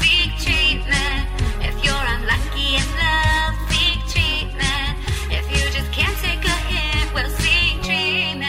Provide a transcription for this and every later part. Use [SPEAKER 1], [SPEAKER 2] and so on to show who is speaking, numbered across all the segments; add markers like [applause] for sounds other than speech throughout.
[SPEAKER 1] Seek treatment if you're unlucky in love. Seek treatment if you just can't take a hint. Well, seek treatment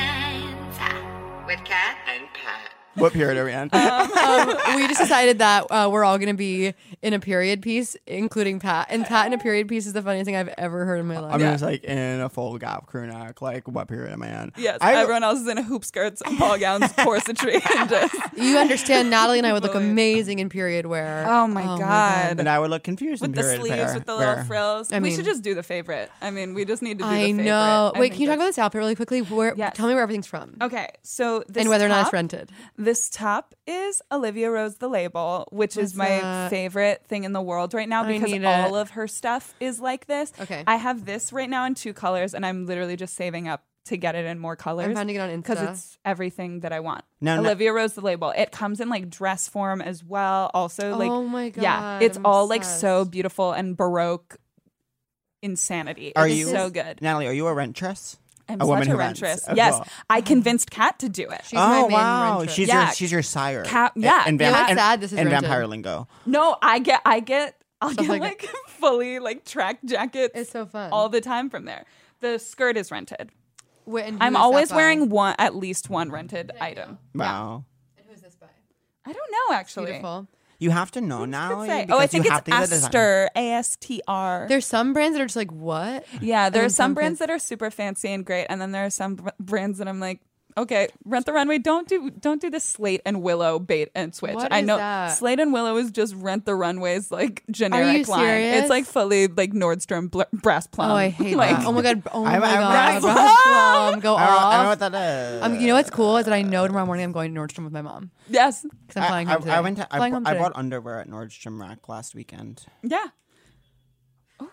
[SPEAKER 1] Ah, with Cat and Pat.
[SPEAKER 2] What period are
[SPEAKER 3] [laughs]
[SPEAKER 2] we
[SPEAKER 3] Um,
[SPEAKER 2] on?
[SPEAKER 4] Um, we just decided that uh, we're all going to be in a period piece, including Pat. And Pat in a period piece is the funniest thing I've ever heard in my life.
[SPEAKER 2] I'm just like in a full gop crew knock. Like, what period am I on?
[SPEAKER 3] Yes,
[SPEAKER 2] I,
[SPEAKER 3] everyone else is in hoop skirts, ball [laughs] gowns, corsetry, and just.
[SPEAKER 2] [laughs]
[SPEAKER 4] you understand, Natalie and I would look amazing in period wear.
[SPEAKER 3] Oh my god!
[SPEAKER 2] And I would look confused in
[SPEAKER 3] with the
[SPEAKER 2] period
[SPEAKER 3] sleeves,
[SPEAKER 2] pair-
[SPEAKER 3] with the little
[SPEAKER 2] wear.
[SPEAKER 3] frills.
[SPEAKER 4] I
[SPEAKER 3] we
[SPEAKER 4] mean-
[SPEAKER 3] should just do the favorite. I mean, we just need to do the
[SPEAKER 4] I
[SPEAKER 3] favorite.
[SPEAKER 4] know.
[SPEAKER 3] I
[SPEAKER 4] Wait,
[SPEAKER 3] think
[SPEAKER 4] can you talk about
[SPEAKER 3] that's-
[SPEAKER 4] this outfit really quickly? Where?
[SPEAKER 3] Yes.
[SPEAKER 4] Tell me where everything's from
[SPEAKER 3] Okay, so this
[SPEAKER 4] and whether or not it's
[SPEAKER 3] top-
[SPEAKER 4] rented.
[SPEAKER 3] This top is Olivia Rose the label, which is
[SPEAKER 4] What's
[SPEAKER 3] my
[SPEAKER 4] that?
[SPEAKER 3] favorite thing in the world right now
[SPEAKER 4] I
[SPEAKER 3] because
[SPEAKER 4] need
[SPEAKER 3] all
[SPEAKER 4] it.
[SPEAKER 3] of her stuff is like this.
[SPEAKER 4] Okay.
[SPEAKER 3] I have this right now in two colors, and I'm literally just saving up to get it in more colors.
[SPEAKER 4] finding it on
[SPEAKER 3] because
[SPEAKER 4] Insta.
[SPEAKER 3] it's everything that I want.
[SPEAKER 2] Now, no-
[SPEAKER 3] Olivia Rose the label. It comes in like dress form as well. Also, like
[SPEAKER 4] Oh my
[SPEAKER 3] yeah,
[SPEAKER 4] God,
[SPEAKER 3] it's
[SPEAKER 4] I'm
[SPEAKER 3] all like so
[SPEAKER 4] obsessed.
[SPEAKER 3] beautiful and baroque insanity.
[SPEAKER 2] Are
[SPEAKER 3] it's
[SPEAKER 2] you-
[SPEAKER 3] so good?
[SPEAKER 2] Natalie, are you a rentress?
[SPEAKER 3] I'm
[SPEAKER 2] a woman
[SPEAKER 3] such a
[SPEAKER 2] who rents
[SPEAKER 3] rentress.
[SPEAKER 2] as
[SPEAKER 3] Yes,
[SPEAKER 2] well.
[SPEAKER 3] I convinced Kat to do it.
[SPEAKER 4] She's my
[SPEAKER 2] oh
[SPEAKER 4] main
[SPEAKER 2] wow,
[SPEAKER 4] rentress.
[SPEAKER 2] she's
[SPEAKER 3] Yeah.
[SPEAKER 2] your she's your sire.
[SPEAKER 3] Ca-
[SPEAKER 2] In-
[SPEAKER 3] yeah,
[SPEAKER 2] in,
[SPEAKER 3] yeah.
[SPEAKER 2] vamp-
[SPEAKER 3] That's
[SPEAKER 2] in-
[SPEAKER 4] sad, this is
[SPEAKER 2] in
[SPEAKER 4] rented.
[SPEAKER 2] vampire lingo.
[SPEAKER 3] No, I get, I get, I'll
[SPEAKER 4] Stuff
[SPEAKER 3] get like, [laughs]
[SPEAKER 4] like
[SPEAKER 3] fully like track jackets.
[SPEAKER 4] It's so fun.
[SPEAKER 3] all the time from there. The skirt is rented.
[SPEAKER 4] Wait, and who
[SPEAKER 3] I'm
[SPEAKER 4] is that
[SPEAKER 3] always
[SPEAKER 4] by?
[SPEAKER 3] wearing one, at least one rented item.
[SPEAKER 2] Wow.
[SPEAKER 4] And who's this by?
[SPEAKER 3] I don't know actually.
[SPEAKER 4] Beautiful.
[SPEAKER 2] You have to know
[SPEAKER 3] Could
[SPEAKER 2] now.
[SPEAKER 3] say-
[SPEAKER 2] because
[SPEAKER 3] Oh, I
[SPEAKER 2] you
[SPEAKER 3] think
[SPEAKER 2] have
[SPEAKER 3] it's
[SPEAKER 2] to get a design.
[SPEAKER 3] Aster, A S T R.
[SPEAKER 4] There's some brands that are just like what?
[SPEAKER 3] Yeah, there
[SPEAKER 4] then
[SPEAKER 3] are some
[SPEAKER 4] some
[SPEAKER 3] brands
[SPEAKER 4] kids-
[SPEAKER 3] that are super fancy and great, and then there are some br- brands that I'm like, okay, Rent the Runway. Don't do don't do the Slate and Willow bait and switch.
[SPEAKER 4] What
[SPEAKER 3] I
[SPEAKER 4] is
[SPEAKER 3] know
[SPEAKER 4] that?
[SPEAKER 3] Slate and Willow is just Rent the Runway's like generic line. It's
[SPEAKER 4] serious?
[SPEAKER 3] like fully like Nordstrom bl- brass plum.
[SPEAKER 4] Oh, I hate
[SPEAKER 3] [laughs] like,
[SPEAKER 4] that. Oh my god. Oh
[SPEAKER 2] I'm-
[SPEAKER 4] my
[SPEAKER 2] [laughs] I'm
[SPEAKER 4] god.
[SPEAKER 2] Brass
[SPEAKER 4] Braslom, go
[SPEAKER 2] I don't, I don't know
[SPEAKER 4] off.
[SPEAKER 2] what that is.
[SPEAKER 4] Um, you know what's cool is that I know tomorrow morning I'm going to Nordstrom with my mom
[SPEAKER 3] Yes.
[SPEAKER 4] because I'm flying
[SPEAKER 2] I,
[SPEAKER 4] home today.
[SPEAKER 2] I went to, I,
[SPEAKER 4] flying
[SPEAKER 2] bu-
[SPEAKER 4] home
[SPEAKER 2] I
[SPEAKER 4] today.
[SPEAKER 2] bought underwear at Nordstrom Rack last weekend.
[SPEAKER 3] Yeah.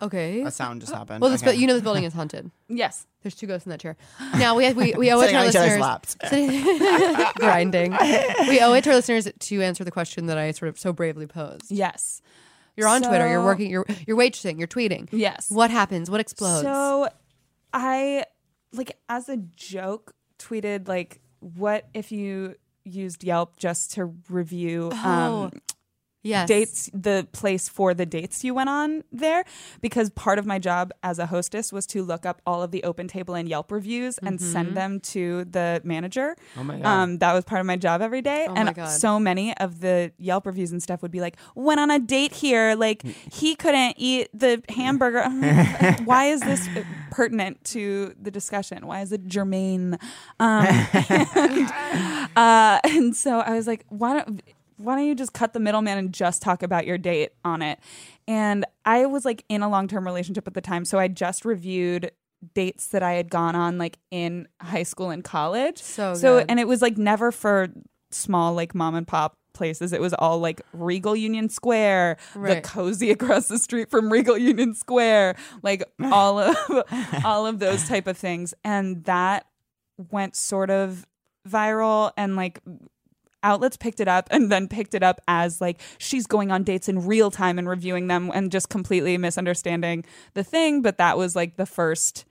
[SPEAKER 4] Okay.
[SPEAKER 2] A
[SPEAKER 3] [gasps]
[SPEAKER 2] sound just happened.
[SPEAKER 4] [laughs] Well, this
[SPEAKER 2] okay.
[SPEAKER 4] but you know this building is haunted.
[SPEAKER 3] Yes.
[SPEAKER 4] There's two ghosts in that chair. Now we have, we we owe it to
[SPEAKER 2] Sitting
[SPEAKER 4] our
[SPEAKER 2] on each other's
[SPEAKER 4] listeners
[SPEAKER 2] laps.
[SPEAKER 4] [laughs] Sitting- [laughs] grinding. We owe it to our listeners to answer the question that I sort of so bravely posed.
[SPEAKER 3] Yes.
[SPEAKER 4] You're on Twitter. You're
[SPEAKER 3] So-
[SPEAKER 4] working. You're you're waitressing. You're tweeting.
[SPEAKER 3] Yes.
[SPEAKER 4] What happens? What explodes?
[SPEAKER 3] So I like as a joke tweeted like what if you used Yelp just to review
[SPEAKER 4] Oh,
[SPEAKER 3] um
[SPEAKER 4] yes.
[SPEAKER 3] dates the place for the dates you went on there because part of my job as a hostess was to look up all of the open table and Yelp reviews and
[SPEAKER 4] Mm-hmm.
[SPEAKER 3] send them to the manager. Oh my god. Um that was part of my job every day
[SPEAKER 4] Oh my
[SPEAKER 3] and
[SPEAKER 4] God.
[SPEAKER 3] so many of the Yelp reviews and stuff would be like went on a date here like he couldn't eat the [laughs] hamburger. I'm like, Why is this pertinent to the discussion? Why is it germane? Um uh, [laughs] and so I was like, why don't why don't you just cut the middleman and just talk about your date on it? And I was like in a long term relationship at the time, so I just reviewed dates that I had gone on like in high school and college.
[SPEAKER 4] So
[SPEAKER 3] so
[SPEAKER 4] good.
[SPEAKER 3] and it was like never for small like mom and pop places. It was all like Regal Union Square, the
[SPEAKER 4] Right.
[SPEAKER 3] cozy across the street from Regal Union Square, like all of all of those type of things. And that went sort of viral and like outlets picked it up and then picked it up as like she's going on dates in real time and reviewing them and just completely misunderstanding the thing but that was like the first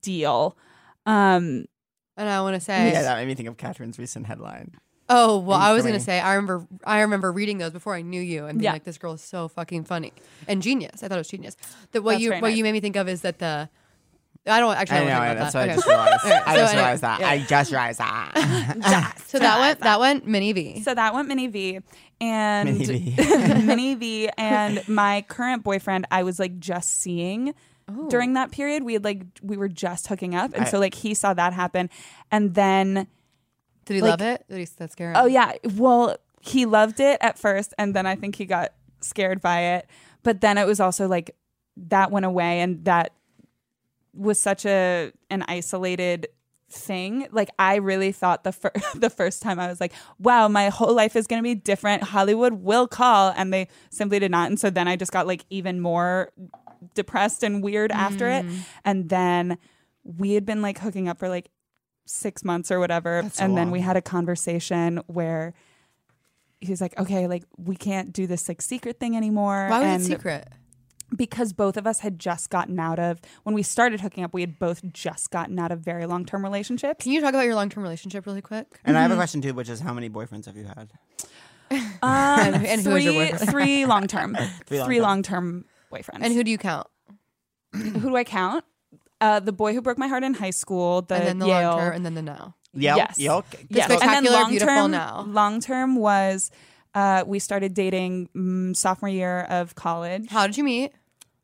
[SPEAKER 3] deal um
[SPEAKER 4] and I want to
[SPEAKER 2] [laughs]
[SPEAKER 4] say.
[SPEAKER 2] yeah, that made me think of Catherine's recent headline.
[SPEAKER 4] Oh well,
[SPEAKER 2] Thanks
[SPEAKER 4] I was
[SPEAKER 2] for
[SPEAKER 4] gonna
[SPEAKER 2] me.
[SPEAKER 4] say I remember I remember reading those before I knew you and being
[SPEAKER 3] Yeah.
[SPEAKER 4] like, this girl is so fucking funny and genius. I thought it was genius. That what
[SPEAKER 3] That's
[SPEAKER 4] you
[SPEAKER 3] very
[SPEAKER 4] what
[SPEAKER 3] nice.
[SPEAKER 4] you made me think of is that the I don't actually
[SPEAKER 2] I
[SPEAKER 4] I
[SPEAKER 2] know,
[SPEAKER 4] don't wanna
[SPEAKER 2] I-
[SPEAKER 4] think about
[SPEAKER 2] that's
[SPEAKER 4] that.
[SPEAKER 2] what I
[SPEAKER 4] Okay.
[SPEAKER 2] just realized. I just
[SPEAKER 4] anyway,
[SPEAKER 2] realized that. I just realized [laughs] that.
[SPEAKER 3] [laughs]
[SPEAKER 4] so that went that went mini V.
[SPEAKER 3] so that went mini v and
[SPEAKER 2] Mini
[SPEAKER 3] [laughs]
[SPEAKER 2] V.
[SPEAKER 3] mini v and my current boyfriend i was like just seeing during that period we had like we were just hooking up and
[SPEAKER 2] I-
[SPEAKER 3] so like he saw that happen and then
[SPEAKER 4] Did he
[SPEAKER 3] like-
[SPEAKER 4] love it? Did he that scare him?
[SPEAKER 3] Oh yeah. Well, he loved it at first, and then I think he got scared by it. But then it was also like that went away, and that was such a an isolated thing. Like I really thought the fir- [laughs] the first time I was like, "Wow, my whole life is going to be different. Hollywood will call," and they simply did not. And so then I just got like even more depressed and weird after it.
[SPEAKER 4] Mm.
[SPEAKER 3] And then we had been like hooking up for like six months or whatever.
[SPEAKER 2] That's so
[SPEAKER 3] and then
[SPEAKER 2] long.
[SPEAKER 3] we had a conversation where he was like, okay, like we can't do this like secret thing anymore.
[SPEAKER 4] Why was
[SPEAKER 3] and
[SPEAKER 4] it secret?
[SPEAKER 3] because both of us had just gotten out of when we started hooking up, we had both just gotten out of very long term relationships.
[SPEAKER 4] Can you talk about your long term relationship really quick?
[SPEAKER 2] And I have a question too, which is how many boyfriends have you had?
[SPEAKER 3] Um,
[SPEAKER 4] [laughs] And- and who was your
[SPEAKER 3] three,
[SPEAKER 4] boyfriend?
[SPEAKER 3] three long
[SPEAKER 4] [laughs]
[SPEAKER 3] term,
[SPEAKER 2] long-term.
[SPEAKER 3] three long term boyfriends.
[SPEAKER 4] And who do you count?
[SPEAKER 3] [clears throat] who, do I count? Uh, the boy who broke my heart in high school, the,
[SPEAKER 4] and then the
[SPEAKER 3] Yale.
[SPEAKER 4] long term, and then the now.
[SPEAKER 2] Yelp,
[SPEAKER 3] Yes.
[SPEAKER 2] Yelp.
[SPEAKER 3] Yes.
[SPEAKER 4] It's
[SPEAKER 3] And then
[SPEAKER 4] spectacular,
[SPEAKER 3] long
[SPEAKER 4] beautiful
[SPEAKER 3] term,
[SPEAKER 4] now.
[SPEAKER 3] long term was uh, we started dating mm, sophomore year of college.
[SPEAKER 4] How did you meet?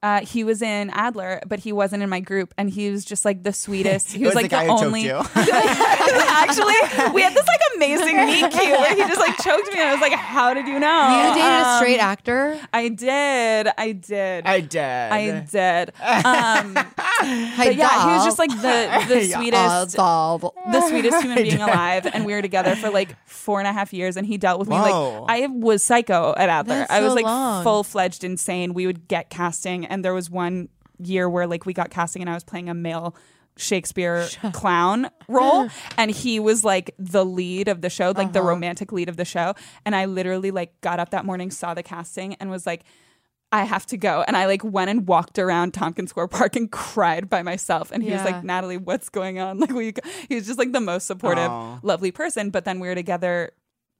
[SPEAKER 3] Uh, he was in Adler, but he wasn't in my group, and he was just like the
[SPEAKER 2] [laughs]
[SPEAKER 3] sweetest. He was,
[SPEAKER 2] was
[SPEAKER 3] like
[SPEAKER 2] the guy who choked
[SPEAKER 3] only.
[SPEAKER 2] [laughs] you.
[SPEAKER 3] [laughs] Actually, we had this like amazing
[SPEAKER 4] [laughs]
[SPEAKER 3] meet cute where he just like choked me, and I was like, "How did you know?"
[SPEAKER 4] You dated a
[SPEAKER 3] Um,
[SPEAKER 4] straight actor.
[SPEAKER 3] I did. I did.
[SPEAKER 2] I did.
[SPEAKER 3] I did. Um,
[SPEAKER 4] Hi,
[SPEAKER 2] [laughs]
[SPEAKER 3] but yeah, he was just
[SPEAKER 4] doll.
[SPEAKER 3] like the the
[SPEAKER 2] Yeah.
[SPEAKER 4] Uh,
[SPEAKER 3] sweetest.
[SPEAKER 4] doll.
[SPEAKER 3] [laughs] the
[SPEAKER 4] [laughs]
[SPEAKER 3] sweetest human being alive, and we were together for like four and a half years. And he dealt with
[SPEAKER 2] Whoa.
[SPEAKER 3] me like I was psycho at Adler.
[SPEAKER 4] That's
[SPEAKER 3] I was
[SPEAKER 4] so
[SPEAKER 3] like
[SPEAKER 4] long.
[SPEAKER 3] full fledged insane. We would get casting, and there was one year where like we got casting, and I was playing a male
[SPEAKER 4] [laughs]
[SPEAKER 3] Shakespeare clown role, and he was like the lead of the show, like
[SPEAKER 4] Uh-huh.
[SPEAKER 3] the romantic lead of the show. And I literally like got up that morning, saw the casting, and was like. I have to go. And I like went and walked around Tompkins Square Park and cried by myself. And he was
[SPEAKER 4] Yeah.
[SPEAKER 3] like, Natalie, what's going on? [laughs] Like, will you go? he was just like the most supportive,
[SPEAKER 2] Aw.
[SPEAKER 3] lovely person. But then we were together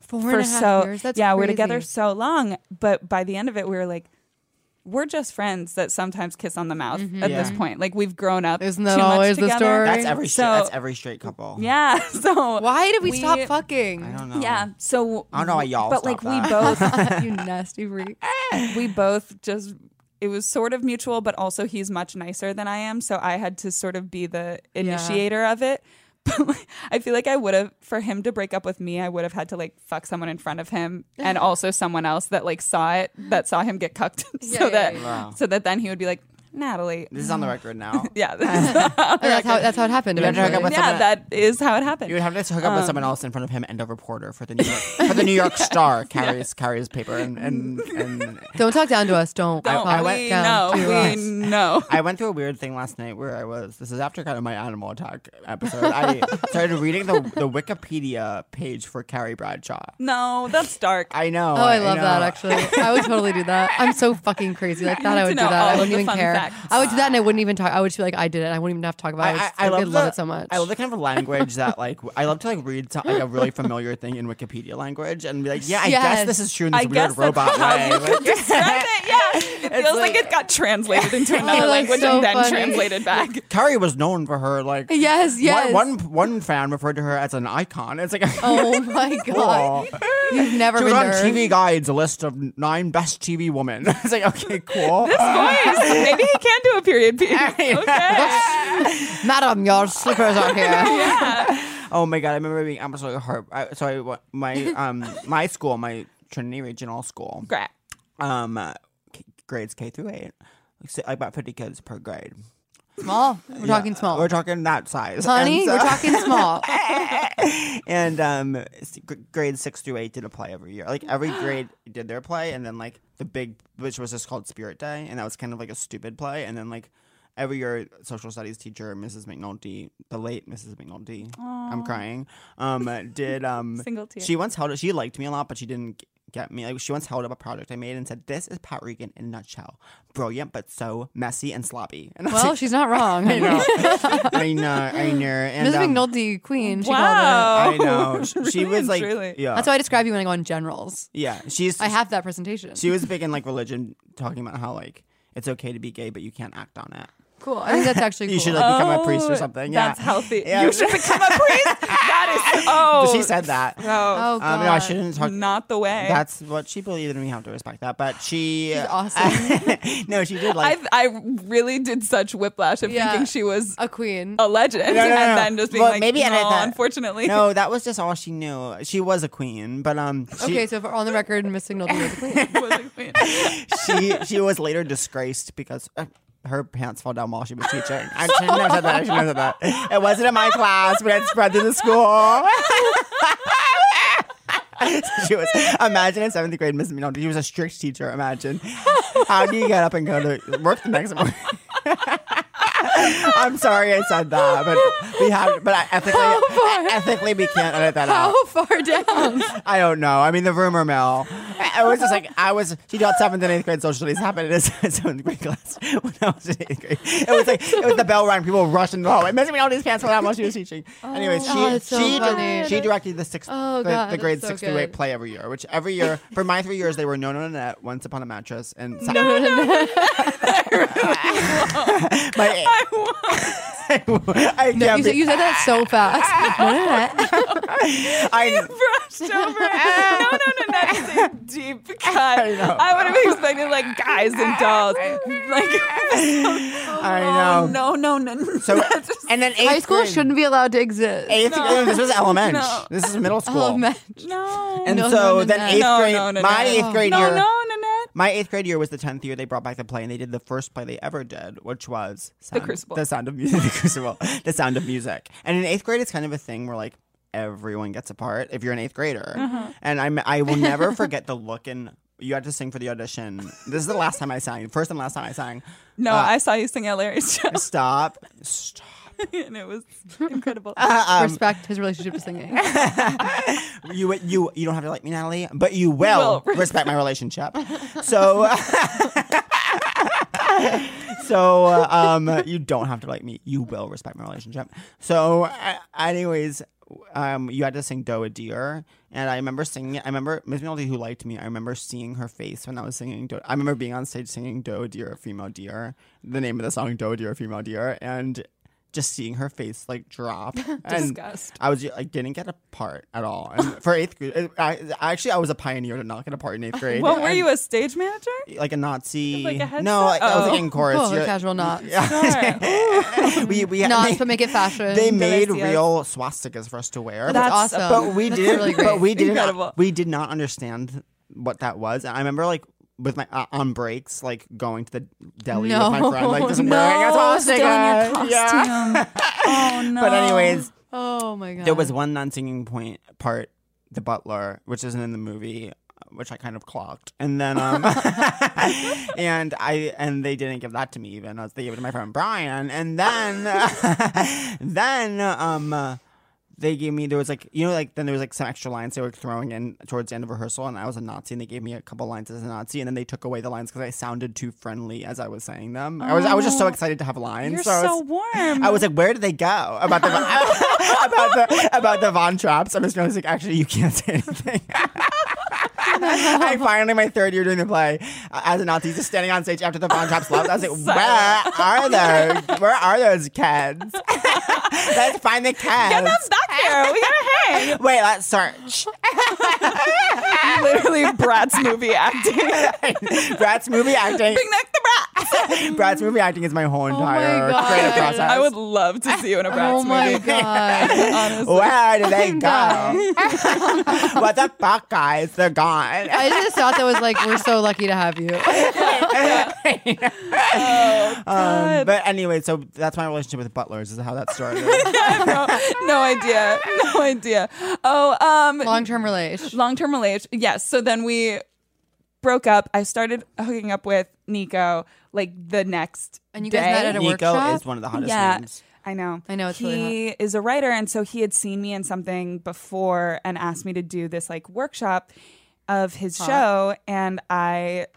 [SPEAKER 4] Four
[SPEAKER 3] for
[SPEAKER 4] and a half
[SPEAKER 3] so
[SPEAKER 4] years. That's
[SPEAKER 3] yeah, we
[SPEAKER 4] crazy.
[SPEAKER 3] were together so long. But by the end of it, we were like, we're just friends that sometimes kiss on the mouth at this
[SPEAKER 2] Yeah.
[SPEAKER 3] point. Like we've grown up.
[SPEAKER 4] Mm-hmm. Isn't that
[SPEAKER 3] too much
[SPEAKER 4] always the
[SPEAKER 3] together.
[SPEAKER 4] story?
[SPEAKER 2] That's every straight,
[SPEAKER 3] So-
[SPEAKER 2] that's every straight couple.
[SPEAKER 3] [laughs] Yeah. So
[SPEAKER 4] Why did we, stop
[SPEAKER 2] I
[SPEAKER 4] fucking?
[SPEAKER 2] don't know.
[SPEAKER 3] Yeah. So
[SPEAKER 2] I don't know why y'all
[SPEAKER 3] But like
[SPEAKER 2] stopped
[SPEAKER 3] we [laughs]
[SPEAKER 2] that.
[SPEAKER 3] both
[SPEAKER 4] [laughs] you nasty freak.
[SPEAKER 3] we both just it was sort of mutual but also he's much nicer than i am so i had to sort of be the initiator of it [laughs] but like, i feel like i would have for him to break up with me i would have had to like fuck someone in front of him and
[SPEAKER 4] [sighs]
[SPEAKER 3] also someone else that like saw it that saw him get cucked [laughs] so
[SPEAKER 4] yeah,
[SPEAKER 3] that
[SPEAKER 4] yeah.
[SPEAKER 2] Wow.
[SPEAKER 3] so that then he would be like
[SPEAKER 2] [laughs]
[SPEAKER 3] natalie
[SPEAKER 2] This is on the record now.
[SPEAKER 4] [laughs]
[SPEAKER 3] yeah [laughs] this-
[SPEAKER 4] And Oh, that's how that's how it happened.
[SPEAKER 2] You had to hook
[SPEAKER 4] Eventually.
[SPEAKER 2] up with-
[SPEAKER 3] yeah
[SPEAKER 2] someone-
[SPEAKER 3] that is how it
[SPEAKER 2] You would
[SPEAKER 3] happened
[SPEAKER 2] have to hook up with someone else in front of him and a reporter for the New York, for the New [laughs] York Star carries carries paper and and, and
[SPEAKER 4] don't talk down to us. Don't.
[SPEAKER 3] don't
[SPEAKER 4] talk
[SPEAKER 3] we
[SPEAKER 4] down
[SPEAKER 3] know
[SPEAKER 4] to us.
[SPEAKER 3] we know [laughs]
[SPEAKER 2] I went through a weird thing last night where I was. This is after kind of my animal attack episode. [laughs] I started reading the the Wikipedia page for Carrie Bradshaw.
[SPEAKER 3] no that's dark
[SPEAKER 2] I know.
[SPEAKER 4] Oh, I love
[SPEAKER 2] know.
[SPEAKER 4] that. Actually, I would totally do that. I'm so fucking
[SPEAKER 3] [laughs]
[SPEAKER 4] crazy like that. I
[SPEAKER 3] to
[SPEAKER 4] would do
[SPEAKER 3] know
[SPEAKER 4] that.
[SPEAKER 3] all
[SPEAKER 4] I
[SPEAKER 3] of
[SPEAKER 4] wouldn't
[SPEAKER 3] the
[SPEAKER 4] even
[SPEAKER 3] fun
[SPEAKER 4] care.
[SPEAKER 3] facts.
[SPEAKER 4] I would do that, and I wouldn't even talk. I would just be like, I did it. I wouldn't even have to talk about it.
[SPEAKER 2] I,
[SPEAKER 4] just,
[SPEAKER 2] I, I
[SPEAKER 4] like,
[SPEAKER 2] love,
[SPEAKER 4] I'd love
[SPEAKER 2] the-
[SPEAKER 4] it so much.
[SPEAKER 2] I love the kind of language that
[SPEAKER 4] [laughs]
[SPEAKER 2] like I love to like read so, like a really familiar thing in Wikipedia language and be like, yeah, I guess
[SPEAKER 4] Yes.
[SPEAKER 2] this is true in this
[SPEAKER 3] I
[SPEAKER 2] weird
[SPEAKER 3] guess
[SPEAKER 2] robot
[SPEAKER 3] that's how
[SPEAKER 2] way.
[SPEAKER 3] you
[SPEAKER 2] Like,
[SPEAKER 4] [laughs]
[SPEAKER 3] could describe it. Yeah, it feels like,
[SPEAKER 2] like-
[SPEAKER 3] it got translated
[SPEAKER 4] [laughs]
[SPEAKER 3] into another
[SPEAKER 4] that's
[SPEAKER 3] language
[SPEAKER 4] so
[SPEAKER 3] and then
[SPEAKER 4] funny.
[SPEAKER 3] translated
[SPEAKER 4] [laughs]
[SPEAKER 3] back.
[SPEAKER 2] Carrie was known for her like
[SPEAKER 4] [laughs] Yes, yes.
[SPEAKER 2] One, one one fan referred to her as an icon. It's like
[SPEAKER 4] [laughs]
[SPEAKER 2] [laughs]
[SPEAKER 4] Oh my god!
[SPEAKER 2] cool.
[SPEAKER 4] You've never
[SPEAKER 2] She was
[SPEAKER 4] been
[SPEAKER 2] on
[SPEAKER 4] there.
[SPEAKER 2] TV Guide's list of nine best TV women. [laughs] it's like okay, cool.
[SPEAKER 3] Boys, maybe he can do a period
[SPEAKER 4] [laughs]
[SPEAKER 3] piece. Okay.
[SPEAKER 4] Madam, your slippers
[SPEAKER 3] [laughs]
[SPEAKER 4] are here.
[SPEAKER 2] Oh my god, I remember being absolutely heart. I, so I, wa- my um my school, my Trinity Regional School,
[SPEAKER 3] Great.
[SPEAKER 2] um uh, k- grades K through eight, so about fifty kids per grade. uh,
[SPEAKER 4] Small. We're talking small.
[SPEAKER 2] We're talking that size,
[SPEAKER 4] Honey,
[SPEAKER 2] And so-
[SPEAKER 4] we're talking
[SPEAKER 2] [laughs]
[SPEAKER 4] small.
[SPEAKER 2] and um, s- gr- grades six through eight did a play every year. Like
[SPEAKER 4] [gasps]
[SPEAKER 2] every grade did their play, and then like the big, which was just called Spirit Day, and that was kind of like a stupid play. And then like every year, social studies teacher Mrs. McNulty, the late Mrs. McNulty, I'm crying, um, did
[SPEAKER 4] [laughs]
[SPEAKER 2] um,
[SPEAKER 3] Single tear.
[SPEAKER 2] She once held it. She liked me a lot, but she didn't. g- Get me like she once held up a project I made and said, "This is Pat Regan in a nutshell, brilliant but so messy and sloppy." [laughs] And I was
[SPEAKER 4] Well,
[SPEAKER 2] like,
[SPEAKER 4] she's not wrong.
[SPEAKER 2] I
[SPEAKER 4] [laughs]
[SPEAKER 2] know, I know, I know. And
[SPEAKER 4] Ms.
[SPEAKER 2] um,
[SPEAKER 4] McNulty, queen. She called it.
[SPEAKER 3] Wow. [laughs]
[SPEAKER 2] I know. She, she
[SPEAKER 3] Really
[SPEAKER 2] was
[SPEAKER 3] and
[SPEAKER 2] like,
[SPEAKER 3] truly.
[SPEAKER 2] yeah,
[SPEAKER 4] That's why I describe you when I go on generals.
[SPEAKER 2] yeah. She's
[SPEAKER 4] I have that presentation.
[SPEAKER 2] she was big in like religion, talking about how like it's okay to be gay, but you can't act on it.
[SPEAKER 4] cool. I think that's actually
[SPEAKER 2] [laughs]
[SPEAKER 4] cool.
[SPEAKER 2] You should like become a priest or something. Yeah,
[SPEAKER 3] Oh, That's healthy.
[SPEAKER 2] Yeah.
[SPEAKER 3] You should become a priest. That is oh.
[SPEAKER 2] [laughs]
[SPEAKER 3] [laughs]
[SPEAKER 2] she said that.
[SPEAKER 3] oh,
[SPEAKER 4] oh
[SPEAKER 2] Um,
[SPEAKER 4] god,
[SPEAKER 2] no, I shouldn't talk.
[SPEAKER 3] not the way.
[SPEAKER 2] That's what she believed, and we have to respect that. But she, [laughs]
[SPEAKER 4] She's awesome.
[SPEAKER 2] no, she did like.
[SPEAKER 3] I I really did such whiplash of
[SPEAKER 4] Yeah.
[SPEAKER 3] thinking she
[SPEAKER 2] [laughs]
[SPEAKER 3] was
[SPEAKER 4] a queen.
[SPEAKER 2] Oh,
[SPEAKER 3] a legend,
[SPEAKER 2] no, no.
[SPEAKER 3] and then just being
[SPEAKER 2] Well,
[SPEAKER 3] like,
[SPEAKER 2] maybe
[SPEAKER 3] no,
[SPEAKER 2] edit that.
[SPEAKER 3] unfortunately, [laughs]
[SPEAKER 2] no, that was just all she knew. She was a queen, but um, she,
[SPEAKER 4] okay, so if we're on the record, Miss McNulty was a queen.
[SPEAKER 3] was a queen.
[SPEAKER 2] [laughs] she she was later disgraced because uh, her pants fell down while she was [laughs] teaching. I shouldn't have said that. I shouldn't have said that. It wasn't in my class, but it spread through the school. [laughs] she was. Imagine in seventh grade, Miss Minoldi. She was a strict teacher. Imagine. How do you get up and go to work the next morning? [laughs] I'm sorry I said that, but we have. But I Oh, ethically, ethically, we can't edit that out.
[SPEAKER 4] How far [laughs] down?
[SPEAKER 2] I don't know. I mean, the rumor mill. I was just like, I was. She taught seventh and eighth grade social studies. Happened in a seventh grade class when I was in eighth grade. It was like it was the bell rang. People rushing the hallway. Missing me all these pants for that while she was teaching. Anyways, she
[SPEAKER 4] Oh, that's so
[SPEAKER 2] she dir-
[SPEAKER 4] funny.
[SPEAKER 2] she directed the sixth
[SPEAKER 4] Oh,
[SPEAKER 2] the,
[SPEAKER 4] God,
[SPEAKER 2] the grades
[SPEAKER 4] that's so
[SPEAKER 2] six through eight
[SPEAKER 4] good.
[SPEAKER 2] play every year. Which every year for my three years they were no no no no once upon a mattress and no my, I, can't
[SPEAKER 4] No, you, said,
[SPEAKER 2] be-
[SPEAKER 4] you said that
[SPEAKER 2] [laughs]
[SPEAKER 4] so fast.
[SPEAKER 2] I,
[SPEAKER 3] [laughs] brushed over. no, no, no, no. [laughs] That's a deep cut. I,
[SPEAKER 2] know.
[SPEAKER 3] would have expected like guys and [laughs] dolls. Like,
[SPEAKER 2] I know.
[SPEAKER 3] oh, no, no, no. no.
[SPEAKER 2] So
[SPEAKER 3] That's just-
[SPEAKER 2] and then eighth
[SPEAKER 4] High school
[SPEAKER 2] grade-
[SPEAKER 4] shouldn't be allowed to exist.
[SPEAKER 2] Eighth grade. This was elementary.
[SPEAKER 3] No.
[SPEAKER 2] This is middle school.
[SPEAKER 4] Oh, man.
[SPEAKER 3] no.
[SPEAKER 2] And
[SPEAKER 4] No,
[SPEAKER 2] so
[SPEAKER 4] no, no,
[SPEAKER 2] then
[SPEAKER 4] no.
[SPEAKER 2] eighth
[SPEAKER 3] No,
[SPEAKER 2] grade,
[SPEAKER 3] no, no,
[SPEAKER 2] my
[SPEAKER 3] no.
[SPEAKER 2] eighth grade
[SPEAKER 3] no,
[SPEAKER 2] year,
[SPEAKER 3] no, Nanette.
[SPEAKER 2] my eighth grade year was the tenth year they brought back the play, and they did the first play they ever did, which was sound,
[SPEAKER 3] Crucible.
[SPEAKER 2] The sound of music. [laughs] the Crucible. The sound of music. And in eighth grade, it's kind of a thing where like everyone gets a part if you're an eighth grader. And I'm I will never forget the look in. You had to sing for the audition. This is the last time I sang. First and last time I sang.
[SPEAKER 3] No,
[SPEAKER 2] Uh.
[SPEAKER 3] I saw you sing at Larry's show, [laughs]
[SPEAKER 2] Stop. Stop.
[SPEAKER 3] and it was
[SPEAKER 2] [laughs]
[SPEAKER 3] incredible.
[SPEAKER 2] Um,
[SPEAKER 4] Respect his relationship to singing.
[SPEAKER 2] You you you don't have to like me, Natalie, but you will,
[SPEAKER 3] will [laughs]
[SPEAKER 2] respect my relationship. So. [laughs] So um, you don't have to like me. You will respect my relationship. So, uh, anyways, um, you had to sing "Do a Deer," and I remember singing it. I remember Miss Melody, who liked me. I remember seeing her face when I was singing. Do- I remember being on stage singing "Do a Deer, a Female Deer," the name of the song "Do a Deer, a Female Deer," and just seeing her face
[SPEAKER 3] [laughs]
[SPEAKER 2] like drop. and
[SPEAKER 3] Disgust.
[SPEAKER 2] I was like, didn't get a part at all.
[SPEAKER 3] [laughs]
[SPEAKER 2] And for eighth grade, I, I- actually, I was a pioneer to not get a part in eighth grade.
[SPEAKER 3] What were
[SPEAKER 2] And-
[SPEAKER 3] you, a stage manager?
[SPEAKER 2] like a Nazi?
[SPEAKER 3] Like a headset?
[SPEAKER 2] no, like, I was
[SPEAKER 3] Oh.
[SPEAKER 2] like in chorus.
[SPEAKER 4] Oh,
[SPEAKER 2] You're- [laughs]
[SPEAKER 4] casual knots.
[SPEAKER 2] we we
[SPEAKER 4] Knots,
[SPEAKER 2] they,
[SPEAKER 4] but make it fashion.
[SPEAKER 2] they made
[SPEAKER 3] Delicias.
[SPEAKER 2] real swastikas for us to wear.
[SPEAKER 3] That's-
[SPEAKER 4] That's awesome.
[SPEAKER 2] but we
[SPEAKER 4] That's
[SPEAKER 2] did
[SPEAKER 4] really great.
[SPEAKER 2] but we didn't
[SPEAKER 3] Incredible.
[SPEAKER 2] we did not understand what that was. And I remember like with my uh, on breaks, like going to the deli with my friend, like just
[SPEAKER 4] [laughs] No,
[SPEAKER 2] wearing a
[SPEAKER 3] Oh, still
[SPEAKER 2] swastika.
[SPEAKER 3] in your costume.
[SPEAKER 2] Yeah.
[SPEAKER 3] Oh no.
[SPEAKER 2] [laughs] But anyways,
[SPEAKER 4] Oh my god.
[SPEAKER 2] there was one non-singing point part, the butler, which isn't in the movie, which I kind of clocked, and then um, [laughs] and I and they didn't give that to me even. I was- They gave it to my friend Brian, and then [laughs] then um. uh, They gave me there was like you know like then there was like some extra lines they were throwing in towards the end of rehearsal and I was a Nazi and they gave me a couple lines as a Nazi and then they took away the lines because I sounded too friendly as I was saying them. I was I was just so excited to have lines.
[SPEAKER 3] you're
[SPEAKER 2] so I was-
[SPEAKER 3] so warm.
[SPEAKER 2] I was like, where did they go about the about the about the Von Traps? I'm just I was like, actually, you can't say anything. [laughs] I finally, my third year doing the play uh, as a Nazi, just standing on stage after the Von Traps left. I was like, where are those? Where are those kids? Let's find the kids.
[SPEAKER 3] That's not fair. We gotta hang.
[SPEAKER 2] Wait, let's search. [laughs]
[SPEAKER 3] Literally, Brat's movie
[SPEAKER 2] [laughs]
[SPEAKER 3] acting. Bring
[SPEAKER 2] Brat's movie acting.
[SPEAKER 3] back the Brat.
[SPEAKER 2] Brat's movie acting is my whole
[SPEAKER 4] my
[SPEAKER 2] entire
[SPEAKER 4] God.
[SPEAKER 2] creative process.
[SPEAKER 3] I would love to see you in a Bratz
[SPEAKER 4] [laughs] Oh my
[SPEAKER 3] movie.
[SPEAKER 4] god.
[SPEAKER 3] [laughs]
[SPEAKER 2] [laughs]
[SPEAKER 3] Honestly.
[SPEAKER 2] where did they go?
[SPEAKER 4] God.
[SPEAKER 2] [laughs] what the fuck, guys? They're gone.
[SPEAKER 4] I just thought that was like, we're so lucky to have
[SPEAKER 2] [laughs]
[SPEAKER 4] you. Oh,
[SPEAKER 2] Um, but anyway, so that's my relationship with butlers. Is how that started.
[SPEAKER 4] Oh.
[SPEAKER 3] no idea. No idea. Oh, um,
[SPEAKER 4] Long term relation.
[SPEAKER 3] long term relationship. Yes. So then we broke up. I started hooking up with Nico like the next
[SPEAKER 4] And you guys
[SPEAKER 3] day.
[SPEAKER 4] met [laughs] at a
[SPEAKER 2] Nico
[SPEAKER 4] workshop?
[SPEAKER 2] is one of the hottest names.
[SPEAKER 3] I know.
[SPEAKER 4] I know, it's
[SPEAKER 3] he
[SPEAKER 4] really
[SPEAKER 3] is a writer, and so he had seen me in something before and asked me to do this like workshop of his show, and I.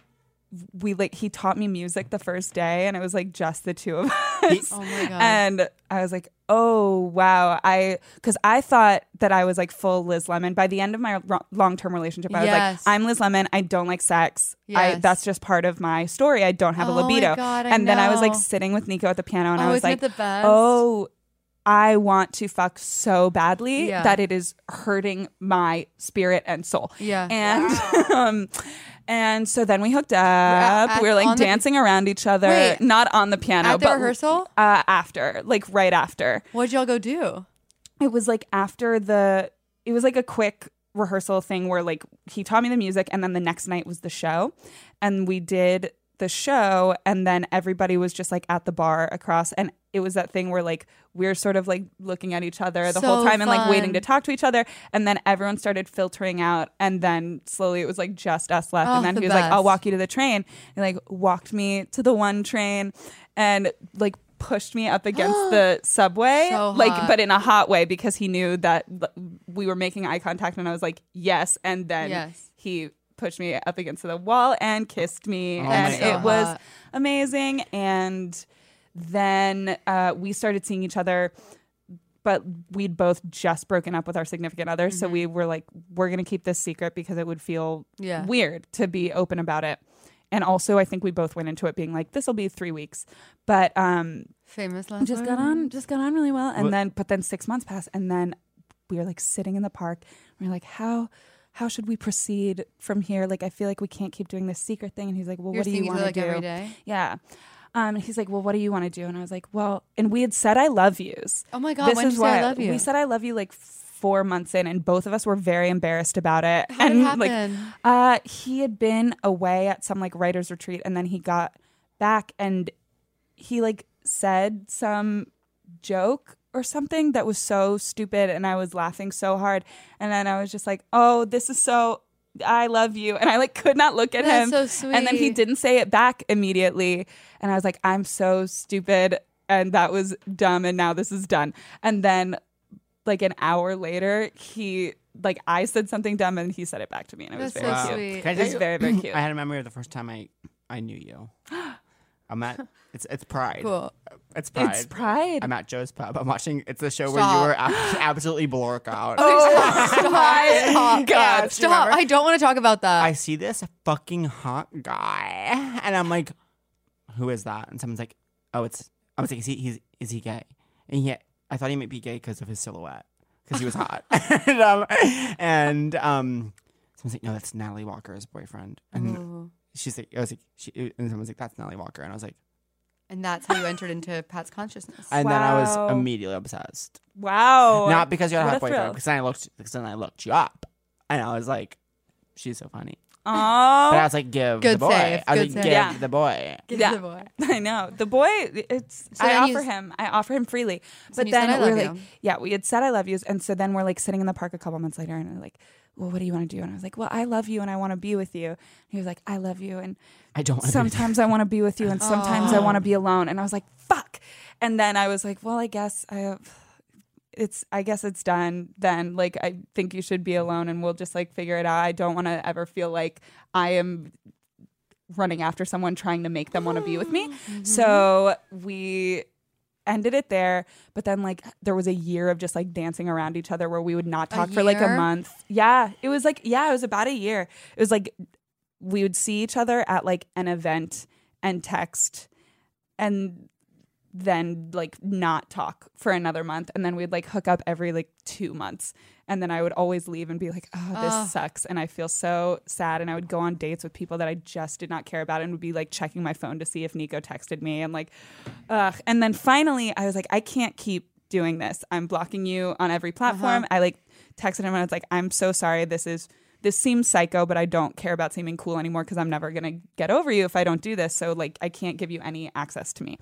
[SPEAKER 3] We like he taught me music the first day, and it was like just the two of [laughs] us.
[SPEAKER 4] Oh my god.
[SPEAKER 3] And I was like, oh, wow. I, because I thought that I was like full Liz Lemon. By the end of my long term relationship, I was
[SPEAKER 4] Yes.
[SPEAKER 3] like, I'm Liz Lemon. I don't like sex. I,
[SPEAKER 4] Yes.
[SPEAKER 3] that's just part of my story. I don't have
[SPEAKER 4] Oh
[SPEAKER 3] a
[SPEAKER 4] my
[SPEAKER 3] libido.
[SPEAKER 4] God, I
[SPEAKER 3] and then I was like
[SPEAKER 4] know.
[SPEAKER 3] sitting with Nico at the piano and
[SPEAKER 4] Oh,
[SPEAKER 3] I was
[SPEAKER 4] isn't it
[SPEAKER 3] like,
[SPEAKER 4] the best?
[SPEAKER 3] oh, I want to fuck so badly
[SPEAKER 4] Yeah.
[SPEAKER 3] that it is hurting my spirit and soul.
[SPEAKER 4] Yeah.
[SPEAKER 3] And, [laughs] um, and so then we hooked up.
[SPEAKER 4] at-
[SPEAKER 3] we were like
[SPEAKER 4] on the-
[SPEAKER 3] dancing around each other,
[SPEAKER 4] Wait.
[SPEAKER 3] not on the piano,
[SPEAKER 4] At the
[SPEAKER 3] but
[SPEAKER 4] rehearsal?
[SPEAKER 3] uh, after, like right after.
[SPEAKER 4] What'd y'all go do?
[SPEAKER 3] It was like after the, it was like a quick rehearsal thing where like he taught me the music and then the next night was the show. And we did the show and then everybody was just like at the bar across and it was that thing where like we're sort of like looking at each other the whole
[SPEAKER 4] So
[SPEAKER 3] time and like waiting
[SPEAKER 4] fun.
[SPEAKER 3] to talk to each other and then everyone started filtering out and then slowly it was like just us left
[SPEAKER 4] Oh,
[SPEAKER 3] and then
[SPEAKER 4] the
[SPEAKER 3] he was like I'll
[SPEAKER 4] best.
[SPEAKER 3] walk you to the train and like walked me to the one train and like pushed me up against
[SPEAKER 4] [gasps]
[SPEAKER 3] the subway
[SPEAKER 4] So
[SPEAKER 3] like [laughs]
[SPEAKER 4] hot.
[SPEAKER 3] but in a hot way because he knew that like, we were making eye contact and I was like yes and then
[SPEAKER 4] Yes.
[SPEAKER 3] he pushed me up against the wall and kissed me
[SPEAKER 2] Oh my
[SPEAKER 3] and
[SPEAKER 2] God.
[SPEAKER 3] it was
[SPEAKER 4] So hot.
[SPEAKER 3] amazing and then uh, we started seeing each other but we'd both just broken up with our significant other so
[SPEAKER 4] Mm-hmm.
[SPEAKER 3] we were like we're going to keep this secret because it would feel
[SPEAKER 4] Yeah.
[SPEAKER 3] weird to be open about it and also i think we both went into it being like this will be three weeks but um
[SPEAKER 4] Famous last
[SPEAKER 3] we just got
[SPEAKER 4] words.
[SPEAKER 3] on just got on really well and
[SPEAKER 2] What-
[SPEAKER 3] then but then six months passed and then we were like sitting in the park and we are like how how should we proceed from here like i feel like we can't keep doing this secret thing and he's like well
[SPEAKER 4] You're
[SPEAKER 3] what do you
[SPEAKER 4] seeing each
[SPEAKER 3] want
[SPEAKER 4] other
[SPEAKER 3] to
[SPEAKER 4] like
[SPEAKER 3] do
[SPEAKER 4] every day.
[SPEAKER 3] yeah um, and he's like, "Well, what do you want to do?" And I was like, "Well," and we had said "I love yous."
[SPEAKER 4] Oh my God, when did you say I love you?
[SPEAKER 3] we said "I love you" like four months in, and both of us were very embarrassed about it.
[SPEAKER 4] How did
[SPEAKER 3] and
[SPEAKER 4] it
[SPEAKER 3] like,
[SPEAKER 4] happen?
[SPEAKER 3] uh, he had been away at some like writers retreat, and then he got back, and he like said some joke or something that was so stupid, and I was laughing so hard, and then I was just like, "Oh, this is so." I love you, and I like could not look at
[SPEAKER 4] That's
[SPEAKER 3] him.
[SPEAKER 4] so
[SPEAKER 3] And then he
[SPEAKER 4] sweet.
[SPEAKER 3] didn't say it back immediately, and I was like, "I'm so stupid," and that was dumb, and now this is done. And then like an hour later, he like I said something dumb and he said it back to me and it was
[SPEAKER 4] That's
[SPEAKER 3] very
[SPEAKER 4] so
[SPEAKER 3] cute.
[SPEAKER 4] sweet.
[SPEAKER 2] Can I
[SPEAKER 3] It
[SPEAKER 2] tell
[SPEAKER 3] was
[SPEAKER 2] you-
[SPEAKER 3] very,
[SPEAKER 2] [clears throat]
[SPEAKER 3] very cute.
[SPEAKER 2] I had a memory of the first time I I knew
[SPEAKER 4] [gasps]
[SPEAKER 2] you. I'm at it's it's Pride.
[SPEAKER 3] [laughs]
[SPEAKER 4] Cool.
[SPEAKER 2] It's Pride.
[SPEAKER 3] It's pride.
[SPEAKER 2] I'm at Joe's pub. I'm watching. It's the show where
[SPEAKER 4] Stop. Oh,
[SPEAKER 2] you were ab- absolutely blork
[SPEAKER 4] [laughs]
[SPEAKER 2] out.
[SPEAKER 3] Oh my
[SPEAKER 4] God,
[SPEAKER 2] Do you
[SPEAKER 4] stop.
[SPEAKER 2] remember?
[SPEAKER 4] I don't want to talk about that.
[SPEAKER 2] I see this fucking hot guy, and I'm like, "Who is that?" And someone's like, "Oh, it's." I was like, "Is he? He's, is he gay?" And yet, I thought he might be gay because of his silhouette, because he was hot. [laughs] and um, and um, someone's like, "No, that's Natalie Walker's boyfriend." And
[SPEAKER 3] Oh.
[SPEAKER 4] Ooh.
[SPEAKER 2] she's like, "I was like," she, and someone's like, "That's Natalie Walker," and I was like,
[SPEAKER 4] and that's how you entered into Pat's consciousness. [laughs]
[SPEAKER 2] and then I
[SPEAKER 3] Wow.
[SPEAKER 2] was immediately obsessed.
[SPEAKER 3] Wow.
[SPEAKER 2] Not because you're a
[SPEAKER 3] What
[SPEAKER 2] hot
[SPEAKER 3] a
[SPEAKER 2] boyfriend,
[SPEAKER 3] thrill.
[SPEAKER 2] because then I looked, because then I looked you up, and I was like, "She's so funny." But I
[SPEAKER 3] Oh,
[SPEAKER 2] was like, give the
[SPEAKER 4] Good
[SPEAKER 2] boy.
[SPEAKER 4] save,
[SPEAKER 2] I was
[SPEAKER 4] good
[SPEAKER 2] like,
[SPEAKER 4] save.
[SPEAKER 2] give
[SPEAKER 3] Yeah.
[SPEAKER 2] the boy.
[SPEAKER 3] yeah.
[SPEAKER 4] the boy.
[SPEAKER 3] [laughs] I know. The boy it's I
[SPEAKER 4] then you
[SPEAKER 3] offer
[SPEAKER 4] s-
[SPEAKER 3] him. I offer him freely.
[SPEAKER 4] then
[SPEAKER 3] but
[SPEAKER 4] you said,
[SPEAKER 3] then
[SPEAKER 4] "I
[SPEAKER 3] we're
[SPEAKER 4] love
[SPEAKER 3] like
[SPEAKER 4] you."
[SPEAKER 3] yeah, we had said I love yous and so then we're like sitting in the park a couple months later and we're like, "Well, what do you want to do?" And I was like, "Well, I love you and I want to be with you." And he was like, "I love you and
[SPEAKER 2] I don't want to
[SPEAKER 3] sometimes I want to be with you and sometimes I want to be
[SPEAKER 4] Oh.
[SPEAKER 3] alone. And I was like, fuck. And then I was like, well, I guess I it's I guess it's done then. Like I think you should be alone and we'll just like figure it out. I don't want to ever feel like I am running after someone trying to make them want to be with me. So we ended it there but then like there was a year of just like dancing around each other where we would not talk for like a
[SPEAKER 4] year?
[SPEAKER 3] month yeah it was like yeah it was about a year it was like we would see each other at like an event and text and then like not talk for another month and then we'd like hook up every like two months and then i would always leave and be like oh this
[SPEAKER 4] Ugh.
[SPEAKER 3] sucks and i feel so sad and i would go on dates with people that i just did not care about and would be like checking my phone to see if nico texted me and like ugh and then finally i was like i can't keep doing this i'm blocking you on every platform i like texted him and i was like i'm so sorry this is this seems psycho but i don't care about seeming cool anymore because i'm never going to get over you if i don't do this so like i can't give you any access to me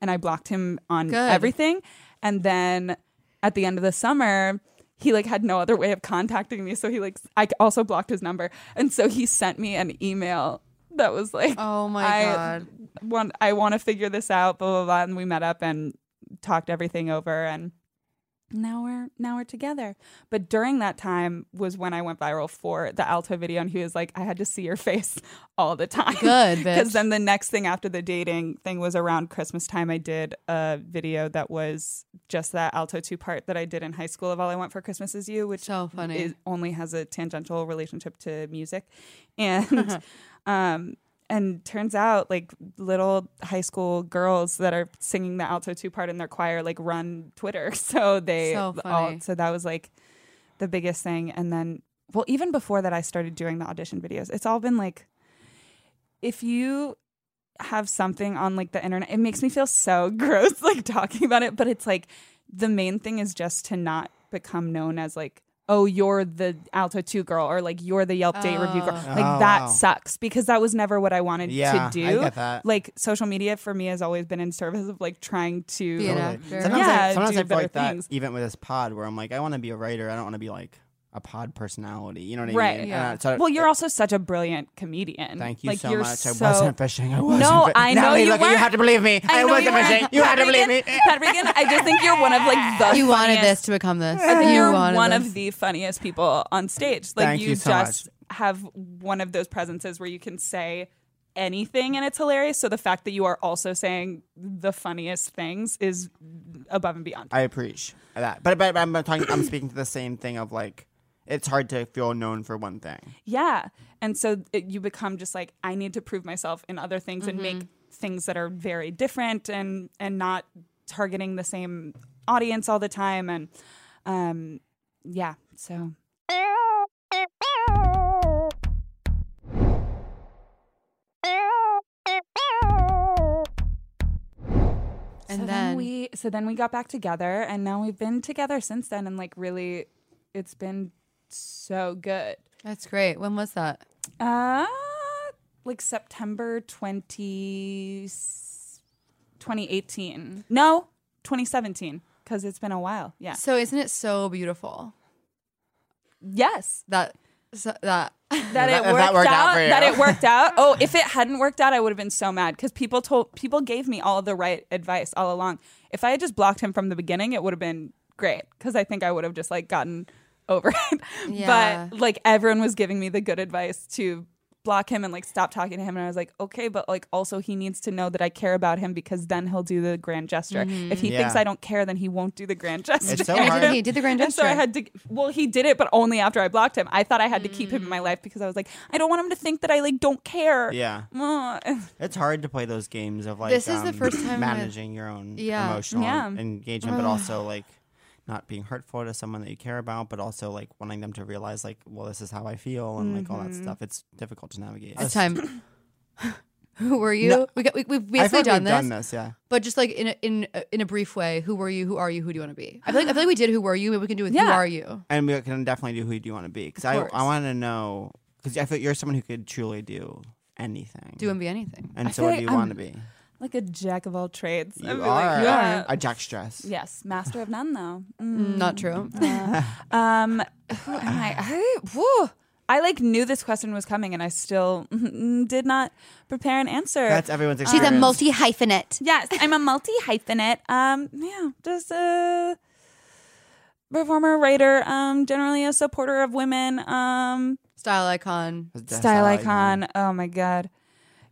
[SPEAKER 3] and i blocked him on
[SPEAKER 4] Good.
[SPEAKER 3] everything and then at the end of the summer he like had no other way of contacting me so he like s- i also blocked his number and so he sent me an email that was like
[SPEAKER 4] Oh my
[SPEAKER 3] I
[SPEAKER 4] God.
[SPEAKER 3] want I want to figure this out, blah blah blah. And we met up and talked everything over, and now we're now we're together. But during that time was when I went viral for the alto video, and he was like, I had to see your [laughs] face all the time. [laughs]
[SPEAKER 4] Good, bitch.
[SPEAKER 3] Because then the next thing after the dating thing was around Christmas time. I did a video that was just that alto two part that I did in high school of All I Want for Christmas Is You, which
[SPEAKER 4] So funny.
[SPEAKER 3] is, only has a tangential relationship to music, [laughs]
[SPEAKER 4] [laughs]
[SPEAKER 3] and um, and turns out like little high school girls that are singing the alto two part in their choir like run Twitter, [laughs] so they
[SPEAKER 4] So funny.
[SPEAKER 3] so that was like the biggest thing, and then well even before that I started doing the audition videos. It's all been like if you have something on like the internet, it makes me feel so [laughs] gross like talking about it, but it's like the main thing is just to not become known as like oh, you're the Alto 2 girl or like you're the Yelp date review girl. Like
[SPEAKER 2] Oh,
[SPEAKER 3] that
[SPEAKER 2] wow.
[SPEAKER 3] sucks because that was never what I wanted
[SPEAKER 2] Yeah, I
[SPEAKER 3] to do.
[SPEAKER 2] get that.
[SPEAKER 3] Like social media for me has always been in service of like trying to
[SPEAKER 4] Be an
[SPEAKER 2] Totally.
[SPEAKER 4] actor.
[SPEAKER 2] Sometimes, I,
[SPEAKER 3] Yeah,
[SPEAKER 2] sometimes
[SPEAKER 3] do
[SPEAKER 2] I feel like
[SPEAKER 3] better
[SPEAKER 2] that
[SPEAKER 3] things.
[SPEAKER 2] even with this pod where I'm like, I want to be a writer. I don't want to be like a pod personality. You know what I
[SPEAKER 3] Right.
[SPEAKER 2] mean? And
[SPEAKER 4] Yeah.
[SPEAKER 2] I- so-
[SPEAKER 3] Well, you're also such a brilliant comedian.
[SPEAKER 2] Thank you
[SPEAKER 3] like,
[SPEAKER 2] so
[SPEAKER 3] you're
[SPEAKER 2] much.
[SPEAKER 3] So,
[SPEAKER 2] I wasn't fishing. I wasn't
[SPEAKER 3] No,
[SPEAKER 2] fi-
[SPEAKER 3] I know
[SPEAKER 2] Natalie,
[SPEAKER 3] you
[SPEAKER 2] look, you
[SPEAKER 3] weren't.
[SPEAKER 2] have to believe me. [laughs] I,
[SPEAKER 3] know
[SPEAKER 2] wasn't
[SPEAKER 3] you weren't.
[SPEAKER 2] fishing. You
[SPEAKER 3] Pat
[SPEAKER 2] had to
[SPEAKER 3] [laughs]
[SPEAKER 2] believe me.
[SPEAKER 3] Regan- Pat Regan, I just think you're one of like the
[SPEAKER 4] You wanted
[SPEAKER 3] funniest-
[SPEAKER 4] this to become this.
[SPEAKER 3] I think
[SPEAKER 4] you
[SPEAKER 3] you're
[SPEAKER 4] wanted
[SPEAKER 3] one
[SPEAKER 4] this.
[SPEAKER 3] of the funniest people on stage. Like
[SPEAKER 2] Thank you so
[SPEAKER 3] just have one of those presences where you can say anything and it's hilarious. So the fact that you are also saying the funniest things is above and beyond.
[SPEAKER 2] I appreciate that, but but, but I'm talking. I'm speaking to the same thing of like, it's hard to feel known for one thing.
[SPEAKER 3] yeah. And so it, you become just like I need to prove myself in other things and make things that are very different and and not targeting the same audience all the time and um yeah. So
[SPEAKER 4] And
[SPEAKER 3] so
[SPEAKER 4] then,
[SPEAKER 3] we so then we got back together and now we've been together since then and like really it's been so good
[SPEAKER 4] that's great. When was that?
[SPEAKER 3] uh like september 20 2018 no 2017 because it's been a while yeah
[SPEAKER 4] So isn't it so beautiful
[SPEAKER 3] yes
[SPEAKER 4] that so, [laughs] that
[SPEAKER 3] that
[SPEAKER 2] That-
[SPEAKER 3] it
[SPEAKER 2] that
[SPEAKER 3] worked,
[SPEAKER 2] worked out
[SPEAKER 3] out,
[SPEAKER 2] for you.
[SPEAKER 3] that it worked out oh if it hadn't worked out i would have been so mad because people told people gave me all the right advice all along if i had just blocked him from the beginning it would have been great because i think i would have just like gotten over [laughs] it
[SPEAKER 4] Yeah.
[SPEAKER 3] but like everyone was giving me the good advice to block him and like stop talking to him and i was like okay but like also he needs to know that i care about him because then he'll do the grand gesture if he
[SPEAKER 2] Yeah.
[SPEAKER 3] thinks i don't care then he won't do the grand gesture
[SPEAKER 2] It's so
[SPEAKER 3] [laughs]
[SPEAKER 4] And
[SPEAKER 2] hard.
[SPEAKER 4] did he did the grand
[SPEAKER 3] and so
[SPEAKER 4] gesture?
[SPEAKER 3] I had to. Well, he did it, but only after I blocked him. I thought I had to keep him in my life because I was like, I don't want him to think that I like don't care.
[SPEAKER 2] Mm. Yeah,
[SPEAKER 3] Uh,
[SPEAKER 2] it's hard to play those games of like.
[SPEAKER 4] This is the
[SPEAKER 2] um,
[SPEAKER 4] first time with-
[SPEAKER 2] managing your own
[SPEAKER 4] Yeah.
[SPEAKER 2] emotional
[SPEAKER 3] Yeah.
[SPEAKER 2] engagement, but also like not being hurtful to someone that you care about, but also like wanting them to realize like, well, this is how I feel, and like all that stuff. It's difficult to navigate.
[SPEAKER 4] this Mm-hmm. time? [laughs] who were you? we got, we, we've
[SPEAKER 2] I feel
[SPEAKER 4] basically
[SPEAKER 2] like
[SPEAKER 4] done
[SPEAKER 2] we've
[SPEAKER 4] this,
[SPEAKER 2] done this. Yeah,
[SPEAKER 4] but just like in a, in a, in a brief way. Who were you? Who are you? Who do you want to be? I feel like I feel [gasps] like we did. Who were you? Maybe we can do with who
[SPEAKER 3] Yeah.
[SPEAKER 4] are you?
[SPEAKER 2] and we can definitely do who you want to be because I
[SPEAKER 4] course.
[SPEAKER 2] I want to know because I feel you're someone who could truly do anything.
[SPEAKER 4] Do and be anything.
[SPEAKER 2] and
[SPEAKER 3] I
[SPEAKER 2] so
[SPEAKER 3] feel
[SPEAKER 2] what
[SPEAKER 3] like
[SPEAKER 2] do you
[SPEAKER 3] I'm-
[SPEAKER 2] want to be?
[SPEAKER 3] [laughs] like a jack of all trades.
[SPEAKER 2] You
[SPEAKER 3] I'd be like,
[SPEAKER 2] are.
[SPEAKER 3] yeah.
[SPEAKER 2] a jack stress.
[SPEAKER 3] Yes, master of none
[SPEAKER 2] [laughs]
[SPEAKER 3] though. Mm.
[SPEAKER 4] Not true.
[SPEAKER 3] Um, who am I? I, whew. I like knew this question was coming, and I still [laughs] mm, did not prepare an answer.
[SPEAKER 2] That's everyone's
[SPEAKER 4] She's
[SPEAKER 2] experience.
[SPEAKER 4] a multi hyphenate.
[SPEAKER 3] yes, I'm a multi hyphenate. Um, yeah, just a performer, writer. Um, generally a supporter of women. Um,
[SPEAKER 4] Style icon.
[SPEAKER 2] That's
[SPEAKER 3] style
[SPEAKER 2] how I
[SPEAKER 3] icon. Oh my god.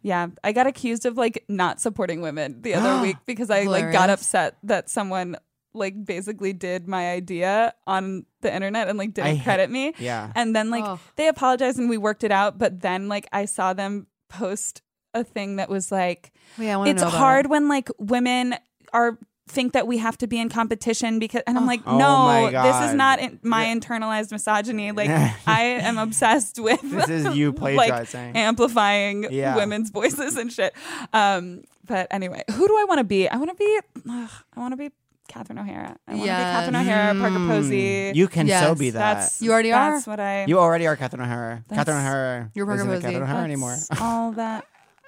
[SPEAKER 3] Yeah, I got accused of like not supporting women the
[SPEAKER 2] [gasps]
[SPEAKER 3] other week because I like got
[SPEAKER 4] Hilarious.
[SPEAKER 3] upset that someone like basically did my idea on the internet and like
[SPEAKER 2] I
[SPEAKER 3] didn't
[SPEAKER 2] hate-
[SPEAKER 3] credit me.
[SPEAKER 2] yeah.
[SPEAKER 3] And then like
[SPEAKER 4] Oh.
[SPEAKER 3] they apologized and we worked it out, but then like I saw them post a thing that was like
[SPEAKER 4] Wait, Oh, I want to
[SPEAKER 3] it's
[SPEAKER 4] know. about
[SPEAKER 3] hard
[SPEAKER 4] it.
[SPEAKER 3] when like women are think that we have to be in competition because and I'm like
[SPEAKER 2] Oh
[SPEAKER 3] no
[SPEAKER 2] my
[SPEAKER 3] this
[SPEAKER 2] God.
[SPEAKER 3] is not in, my internalized
[SPEAKER 2] [laughs]
[SPEAKER 3] misogyny like I am obsessed with
[SPEAKER 2] This is
[SPEAKER 3] [laughs]
[SPEAKER 2] you
[SPEAKER 3] like
[SPEAKER 2] plagiarizing.
[SPEAKER 3] amplifying
[SPEAKER 2] Yeah.
[SPEAKER 3] women's voices and shit um but anyway who do I want to be I want to be ugh, I want to be Catherine O'Hara I want to
[SPEAKER 4] Yes.
[SPEAKER 3] be Catherine O'Hara Parker Posey
[SPEAKER 2] Hmm. You can so
[SPEAKER 4] Yes,
[SPEAKER 2] be that.
[SPEAKER 3] that's
[SPEAKER 4] You already are.
[SPEAKER 3] that's what I
[SPEAKER 2] You already are Catherine O'Hara. Catherine
[SPEAKER 3] That's-
[SPEAKER 2] O'Hara.
[SPEAKER 4] You're Parker
[SPEAKER 2] isn't
[SPEAKER 4] Posey.
[SPEAKER 2] Catherine O'Hara
[SPEAKER 3] that's
[SPEAKER 2] anymore.
[SPEAKER 3] all that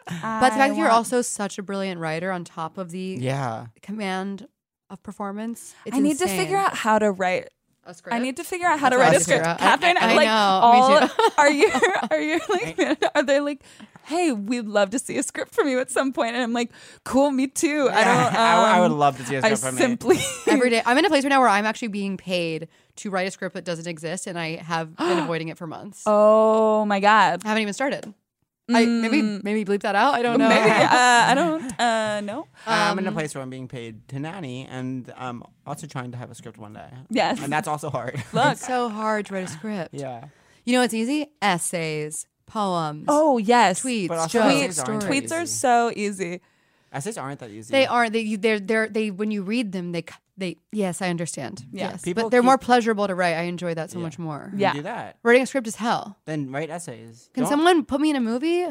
[SPEAKER 4] But the fact that you're
[SPEAKER 3] want.
[SPEAKER 4] also such a brilliant writer on top of the
[SPEAKER 2] [laughs]
[SPEAKER 3] [laughs]
[SPEAKER 2] yeah.
[SPEAKER 4] command of performance. It's
[SPEAKER 3] I need to
[SPEAKER 4] insane.
[SPEAKER 3] figure out how to write
[SPEAKER 4] a script.
[SPEAKER 3] I need to figure out how to
[SPEAKER 4] That's
[SPEAKER 3] write a script.
[SPEAKER 4] what I need to figure out.
[SPEAKER 3] Catherine,
[SPEAKER 4] I- I
[SPEAKER 3] like
[SPEAKER 4] know, me
[SPEAKER 3] all
[SPEAKER 4] [laughs]
[SPEAKER 3] are you are you like are they like, hey, we'd love to see a script from you at some point, and I'm like, cool, me too. I don't. Um,
[SPEAKER 4] [laughs]
[SPEAKER 2] I, I would love to see a
[SPEAKER 3] I
[SPEAKER 2] script from me.
[SPEAKER 3] simply [laughs]
[SPEAKER 4] every day. I'm in a place right now where I'm actually being paid to write a script that doesn't exist, and
[SPEAKER 3] [gasps]
[SPEAKER 4] I have been avoiding it for months.
[SPEAKER 3] Oh my god.
[SPEAKER 4] I haven't even started. I maybe maybe bleep that out. I don't know.
[SPEAKER 3] Mm. Maybe uh, I don't uh, know.
[SPEAKER 2] I'm in a place where I'm being paid to nanny, and I'm also trying to have a script one day.
[SPEAKER 3] Yes.
[SPEAKER 2] and that's also
[SPEAKER 3] [laughs]
[SPEAKER 2] hard.
[SPEAKER 3] Look.
[SPEAKER 4] [laughs] It's so hard to write a
[SPEAKER 2] [laughs]
[SPEAKER 4] script.
[SPEAKER 2] yeah,
[SPEAKER 4] You know what's easy? Essays, poems,
[SPEAKER 3] Oh yes.
[SPEAKER 4] tweets,
[SPEAKER 2] But also
[SPEAKER 4] jokes,
[SPEAKER 2] essays aren't
[SPEAKER 4] stories.
[SPEAKER 2] that
[SPEAKER 3] Tweets are
[SPEAKER 2] easy.
[SPEAKER 3] so easy.
[SPEAKER 2] essays aren't that easy.
[SPEAKER 4] They aren't. They you- they're they're they when you read them they c- they yes I understand.
[SPEAKER 3] Yeah.
[SPEAKER 4] Yes,
[SPEAKER 2] People
[SPEAKER 4] but they're more
[SPEAKER 2] keep-
[SPEAKER 4] pleasurable to write. I enjoy that so much more.
[SPEAKER 2] You
[SPEAKER 3] Yeah.
[SPEAKER 2] do that.
[SPEAKER 4] Writing a script is hell.
[SPEAKER 2] Then write essays.
[SPEAKER 4] Can
[SPEAKER 2] Don't-
[SPEAKER 4] someone put me in a movie?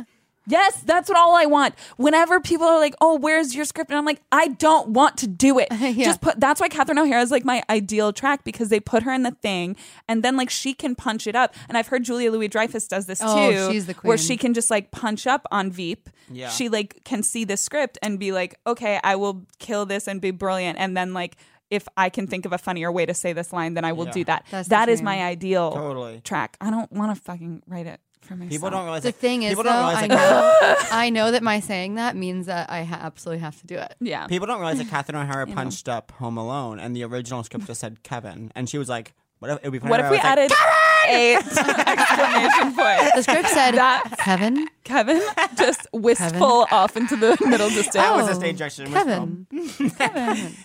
[SPEAKER 3] Yes, that's what all I want. Whenever people are like, "Oh, where's your script?" and I'm like, "I don't want to do it."
[SPEAKER 4] [laughs] Yeah.
[SPEAKER 3] Just put. That's why Catherine O'Hara is like my ideal track because they put her in the thing, and then like she can punch it up. And I've heard Julia Louis Dreyfus does this
[SPEAKER 4] Oh,
[SPEAKER 3] too,
[SPEAKER 4] she's the
[SPEAKER 3] where
[SPEAKER 4] queen.
[SPEAKER 3] she can just like punch up on Veep.
[SPEAKER 2] Yeah.
[SPEAKER 3] she like can see the script and be like, "Okay, I will kill this and be brilliant," and then like. If I can think of a funnier way to say this line, then I will
[SPEAKER 2] Yeah.
[SPEAKER 3] do that.
[SPEAKER 4] That's the
[SPEAKER 3] that is
[SPEAKER 4] dream.
[SPEAKER 3] my ideal
[SPEAKER 2] Totally.
[SPEAKER 3] track. I don't want to fucking write it for myself.
[SPEAKER 2] People don't realize
[SPEAKER 4] The
[SPEAKER 2] like,
[SPEAKER 4] thing is,
[SPEAKER 2] people
[SPEAKER 4] though,
[SPEAKER 2] don't realize
[SPEAKER 4] I
[SPEAKER 2] like,
[SPEAKER 4] know,
[SPEAKER 3] [laughs]
[SPEAKER 4] I know that my saying that means that I ha- absolutely have to do it.
[SPEAKER 3] Yeah.
[SPEAKER 2] [laughs] People don't
[SPEAKER 3] [laughs]
[SPEAKER 2] realize that Catherine O'Hara punched up Home Alone, and the original script just said Kevin, and she was like, "What if it would be funny
[SPEAKER 3] What if
[SPEAKER 2] I
[SPEAKER 3] we
[SPEAKER 2] was like,
[SPEAKER 3] added a [laughs] exclamation
[SPEAKER 4] The [laughs]
[SPEAKER 3] point? [laughs]
[SPEAKER 4] script said,
[SPEAKER 3] That-
[SPEAKER 4] "Kevin,
[SPEAKER 3] Kevin just wistful off into the middle distance.
[SPEAKER 2] That was
[SPEAKER 4] Oh,
[SPEAKER 2] a stage direction.
[SPEAKER 4] Kevin."